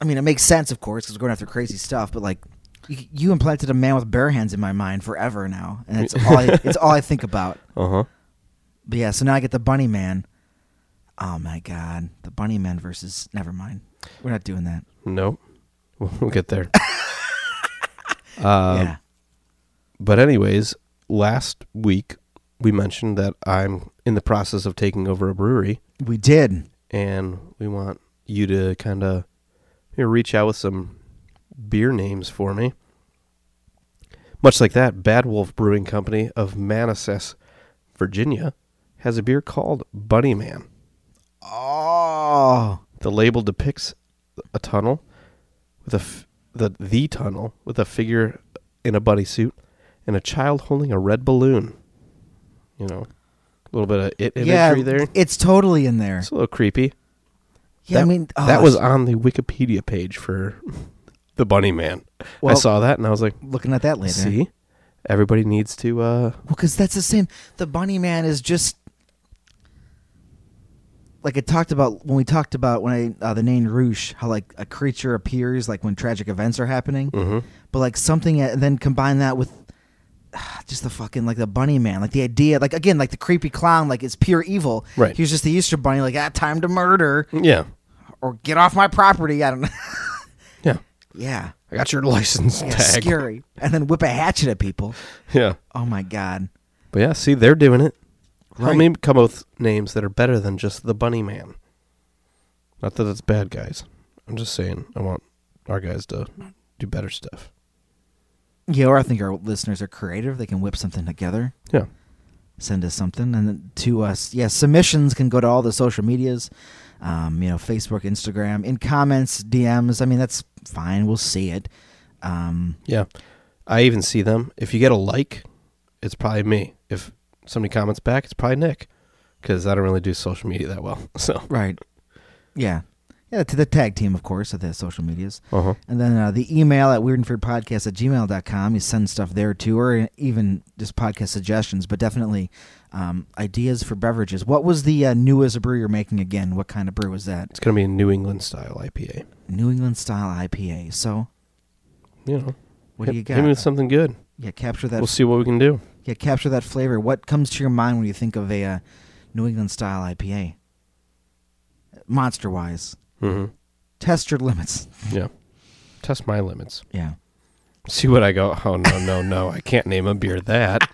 Speaker 2: I mean, it makes sense, of course, because we're going after crazy stuff. But like, you, you implanted a man with bare hands in my mind forever now, and it's all I, it's all I think about.
Speaker 1: Uh huh.
Speaker 2: But yeah, so now I get the Bunny Man. Oh my God, the Bunny Man versus. Never mind, we're not doing that.
Speaker 1: No, we'll get there. uh,
Speaker 2: yeah,
Speaker 1: But anyways, last week we mentioned that I'm in the process of taking over a brewery.
Speaker 2: we did.
Speaker 1: and we want you to kind of you know, reach out with some beer names for me. Much like that, Bad Wolf Brewing Company of Manassas, Virginia, has a beer called Bunny Man.
Speaker 2: Oh,
Speaker 1: The label depicts a tunnel with a f- the the tunnel with a figure in a bunny suit and a child holding a red balloon. You know, a little bit of it imagery
Speaker 2: yeah,
Speaker 1: there.
Speaker 2: it's totally in there.
Speaker 1: It's a little creepy.
Speaker 2: Yeah,
Speaker 1: that-
Speaker 2: I mean, oh,
Speaker 1: that was on the Wikipedia page for the Bunny Man.
Speaker 2: Well-
Speaker 1: I saw that and I was like,
Speaker 2: looking at that later.
Speaker 1: see, everybody needs to. uh
Speaker 2: Well, because that's the same. The bunny man is just like I talked about when we talked about when I uh, the name Roosh, how like a creature appears like when tragic events are happening,
Speaker 1: mhm.
Speaker 2: but like something and then combine that with ah, just the fucking like the bunny man, like the idea, like again, like the creepy clown, like it's pure evil.
Speaker 1: Right.
Speaker 2: He was just the Easter bunny, like ah, time to murder
Speaker 1: Yeah,
Speaker 2: or get off my property. I don't know.
Speaker 1: yeah.
Speaker 2: yeah.
Speaker 1: I got your license
Speaker 2: Yeah,
Speaker 1: tag.
Speaker 2: scary. And then whip a hatchet at people.
Speaker 1: Yeah,
Speaker 2: Oh my god.
Speaker 1: but yeah, see, they're doing it. Help
Speaker 2: Right.
Speaker 1: me come up with names that are better than just the Bunny Man. Not that it's bad, guys. I'm just saying, I want our guys to do better stuff.
Speaker 2: Yeah, or I think our listeners are creative. They can whip something together,
Speaker 1: Yeah,
Speaker 2: send us something, and then to us. Yeah, submissions can go to all the social medias, um, you know, Facebook, Instagram, in comments, DMs. I mean, that's fine. We'll see it. Um,
Speaker 1: yeah. I even see them. If you get a like, it's probably me. If somebody comments back, it's probably Nick, because I don't really do social media that well. So
Speaker 2: right. Yeah. Yeah, to the tag team, of course, at the social medias.
Speaker 1: Uh huh.
Speaker 2: And then uh, the email at weirdandfeirdpodcast at gmail.com. You send stuff there too, or even just podcast suggestions, but definitely um, ideas for beverages. What was the uh, newest brew you're making again? What kind of brew was that?
Speaker 1: It's gonna be a New England style IPA.
Speaker 2: New England style IPA. So
Speaker 1: You know,
Speaker 2: what
Speaker 1: hit,
Speaker 2: do you
Speaker 1: Hit
Speaker 2: got?
Speaker 1: me with something good.
Speaker 2: yeah, capture that.
Speaker 1: We'll see what we can do.
Speaker 2: yeah, capture that flavor. What comes to your mind when you think of a uh, New England style IPA? Monster wise,
Speaker 1: Mm-hmm.
Speaker 2: test your limits.
Speaker 1: Yeah. Test my limits.
Speaker 2: Yeah,
Speaker 1: See what I go. Oh no, no, no! I can't name a beer that.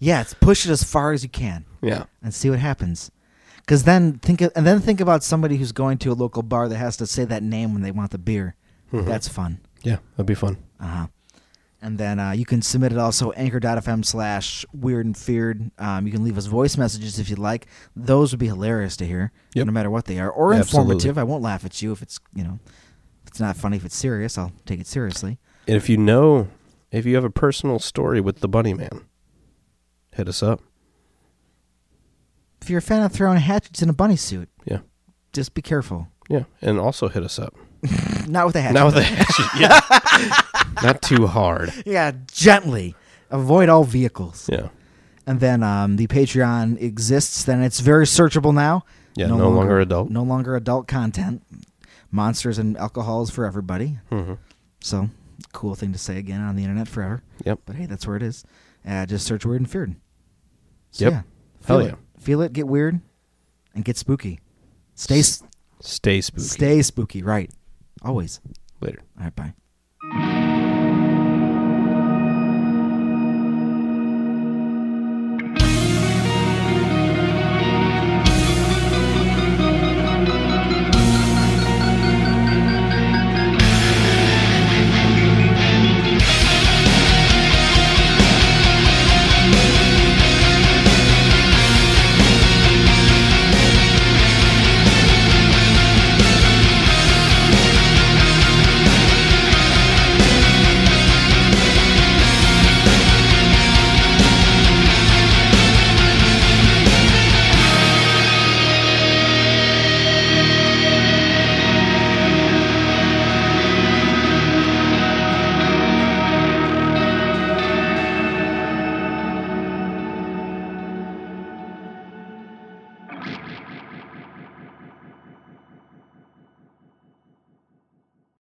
Speaker 2: yeah, it's push it as far as you can
Speaker 1: Yeah.
Speaker 2: and see what happens. Because then think of, and then think about somebody who's going to a local bar that has to say that name when they want the beer. That's fun.
Speaker 1: Mm-hmm. Yeah. That'd be fun.
Speaker 2: Uh huh. And then uh, you can submit it also anchor.fm slash weird and feared. Um, you can leave us voice messages if you'd like. Those would be hilarious to hear,
Speaker 1: Yep.
Speaker 2: no matter what they are, or
Speaker 1: Absolutely.
Speaker 2: informative. I won't laugh at you if it's you know, if it's not funny. If it's serious, I'll take it seriously.
Speaker 1: And if you know, if you have a personal story with the Bunny Man, hit us up.
Speaker 2: If you're a fan of throwing hatchets in a bunny suit,
Speaker 1: Yeah.
Speaker 2: just be careful.
Speaker 1: Yeah. And also hit us up.
Speaker 2: Not with a hatchet.
Speaker 1: Not with a hatchet. Yeah. Not too hard.
Speaker 2: Yeah, gently. Avoid all vehicles.
Speaker 1: Yeah.
Speaker 2: And then um, the Patreon exists. Then it's very searchable now.
Speaker 1: Yeah, no longer adult.
Speaker 2: No longer adult content. Monsters and alcohol is for everybody.
Speaker 1: hmm
Speaker 2: So, cool thing to say again on the internet forever.
Speaker 1: Yep.
Speaker 2: But hey, that's where it is. Uh, just search weird and feared. So,
Speaker 1: Yep.
Speaker 2: Yeah, feel
Speaker 1: Hell
Speaker 2: it. Feel it. Get weird, and get spooky. Stay s-
Speaker 1: Stay spooky.
Speaker 2: stay spooky. Right. Always.
Speaker 1: Later.
Speaker 2: All right. Bye.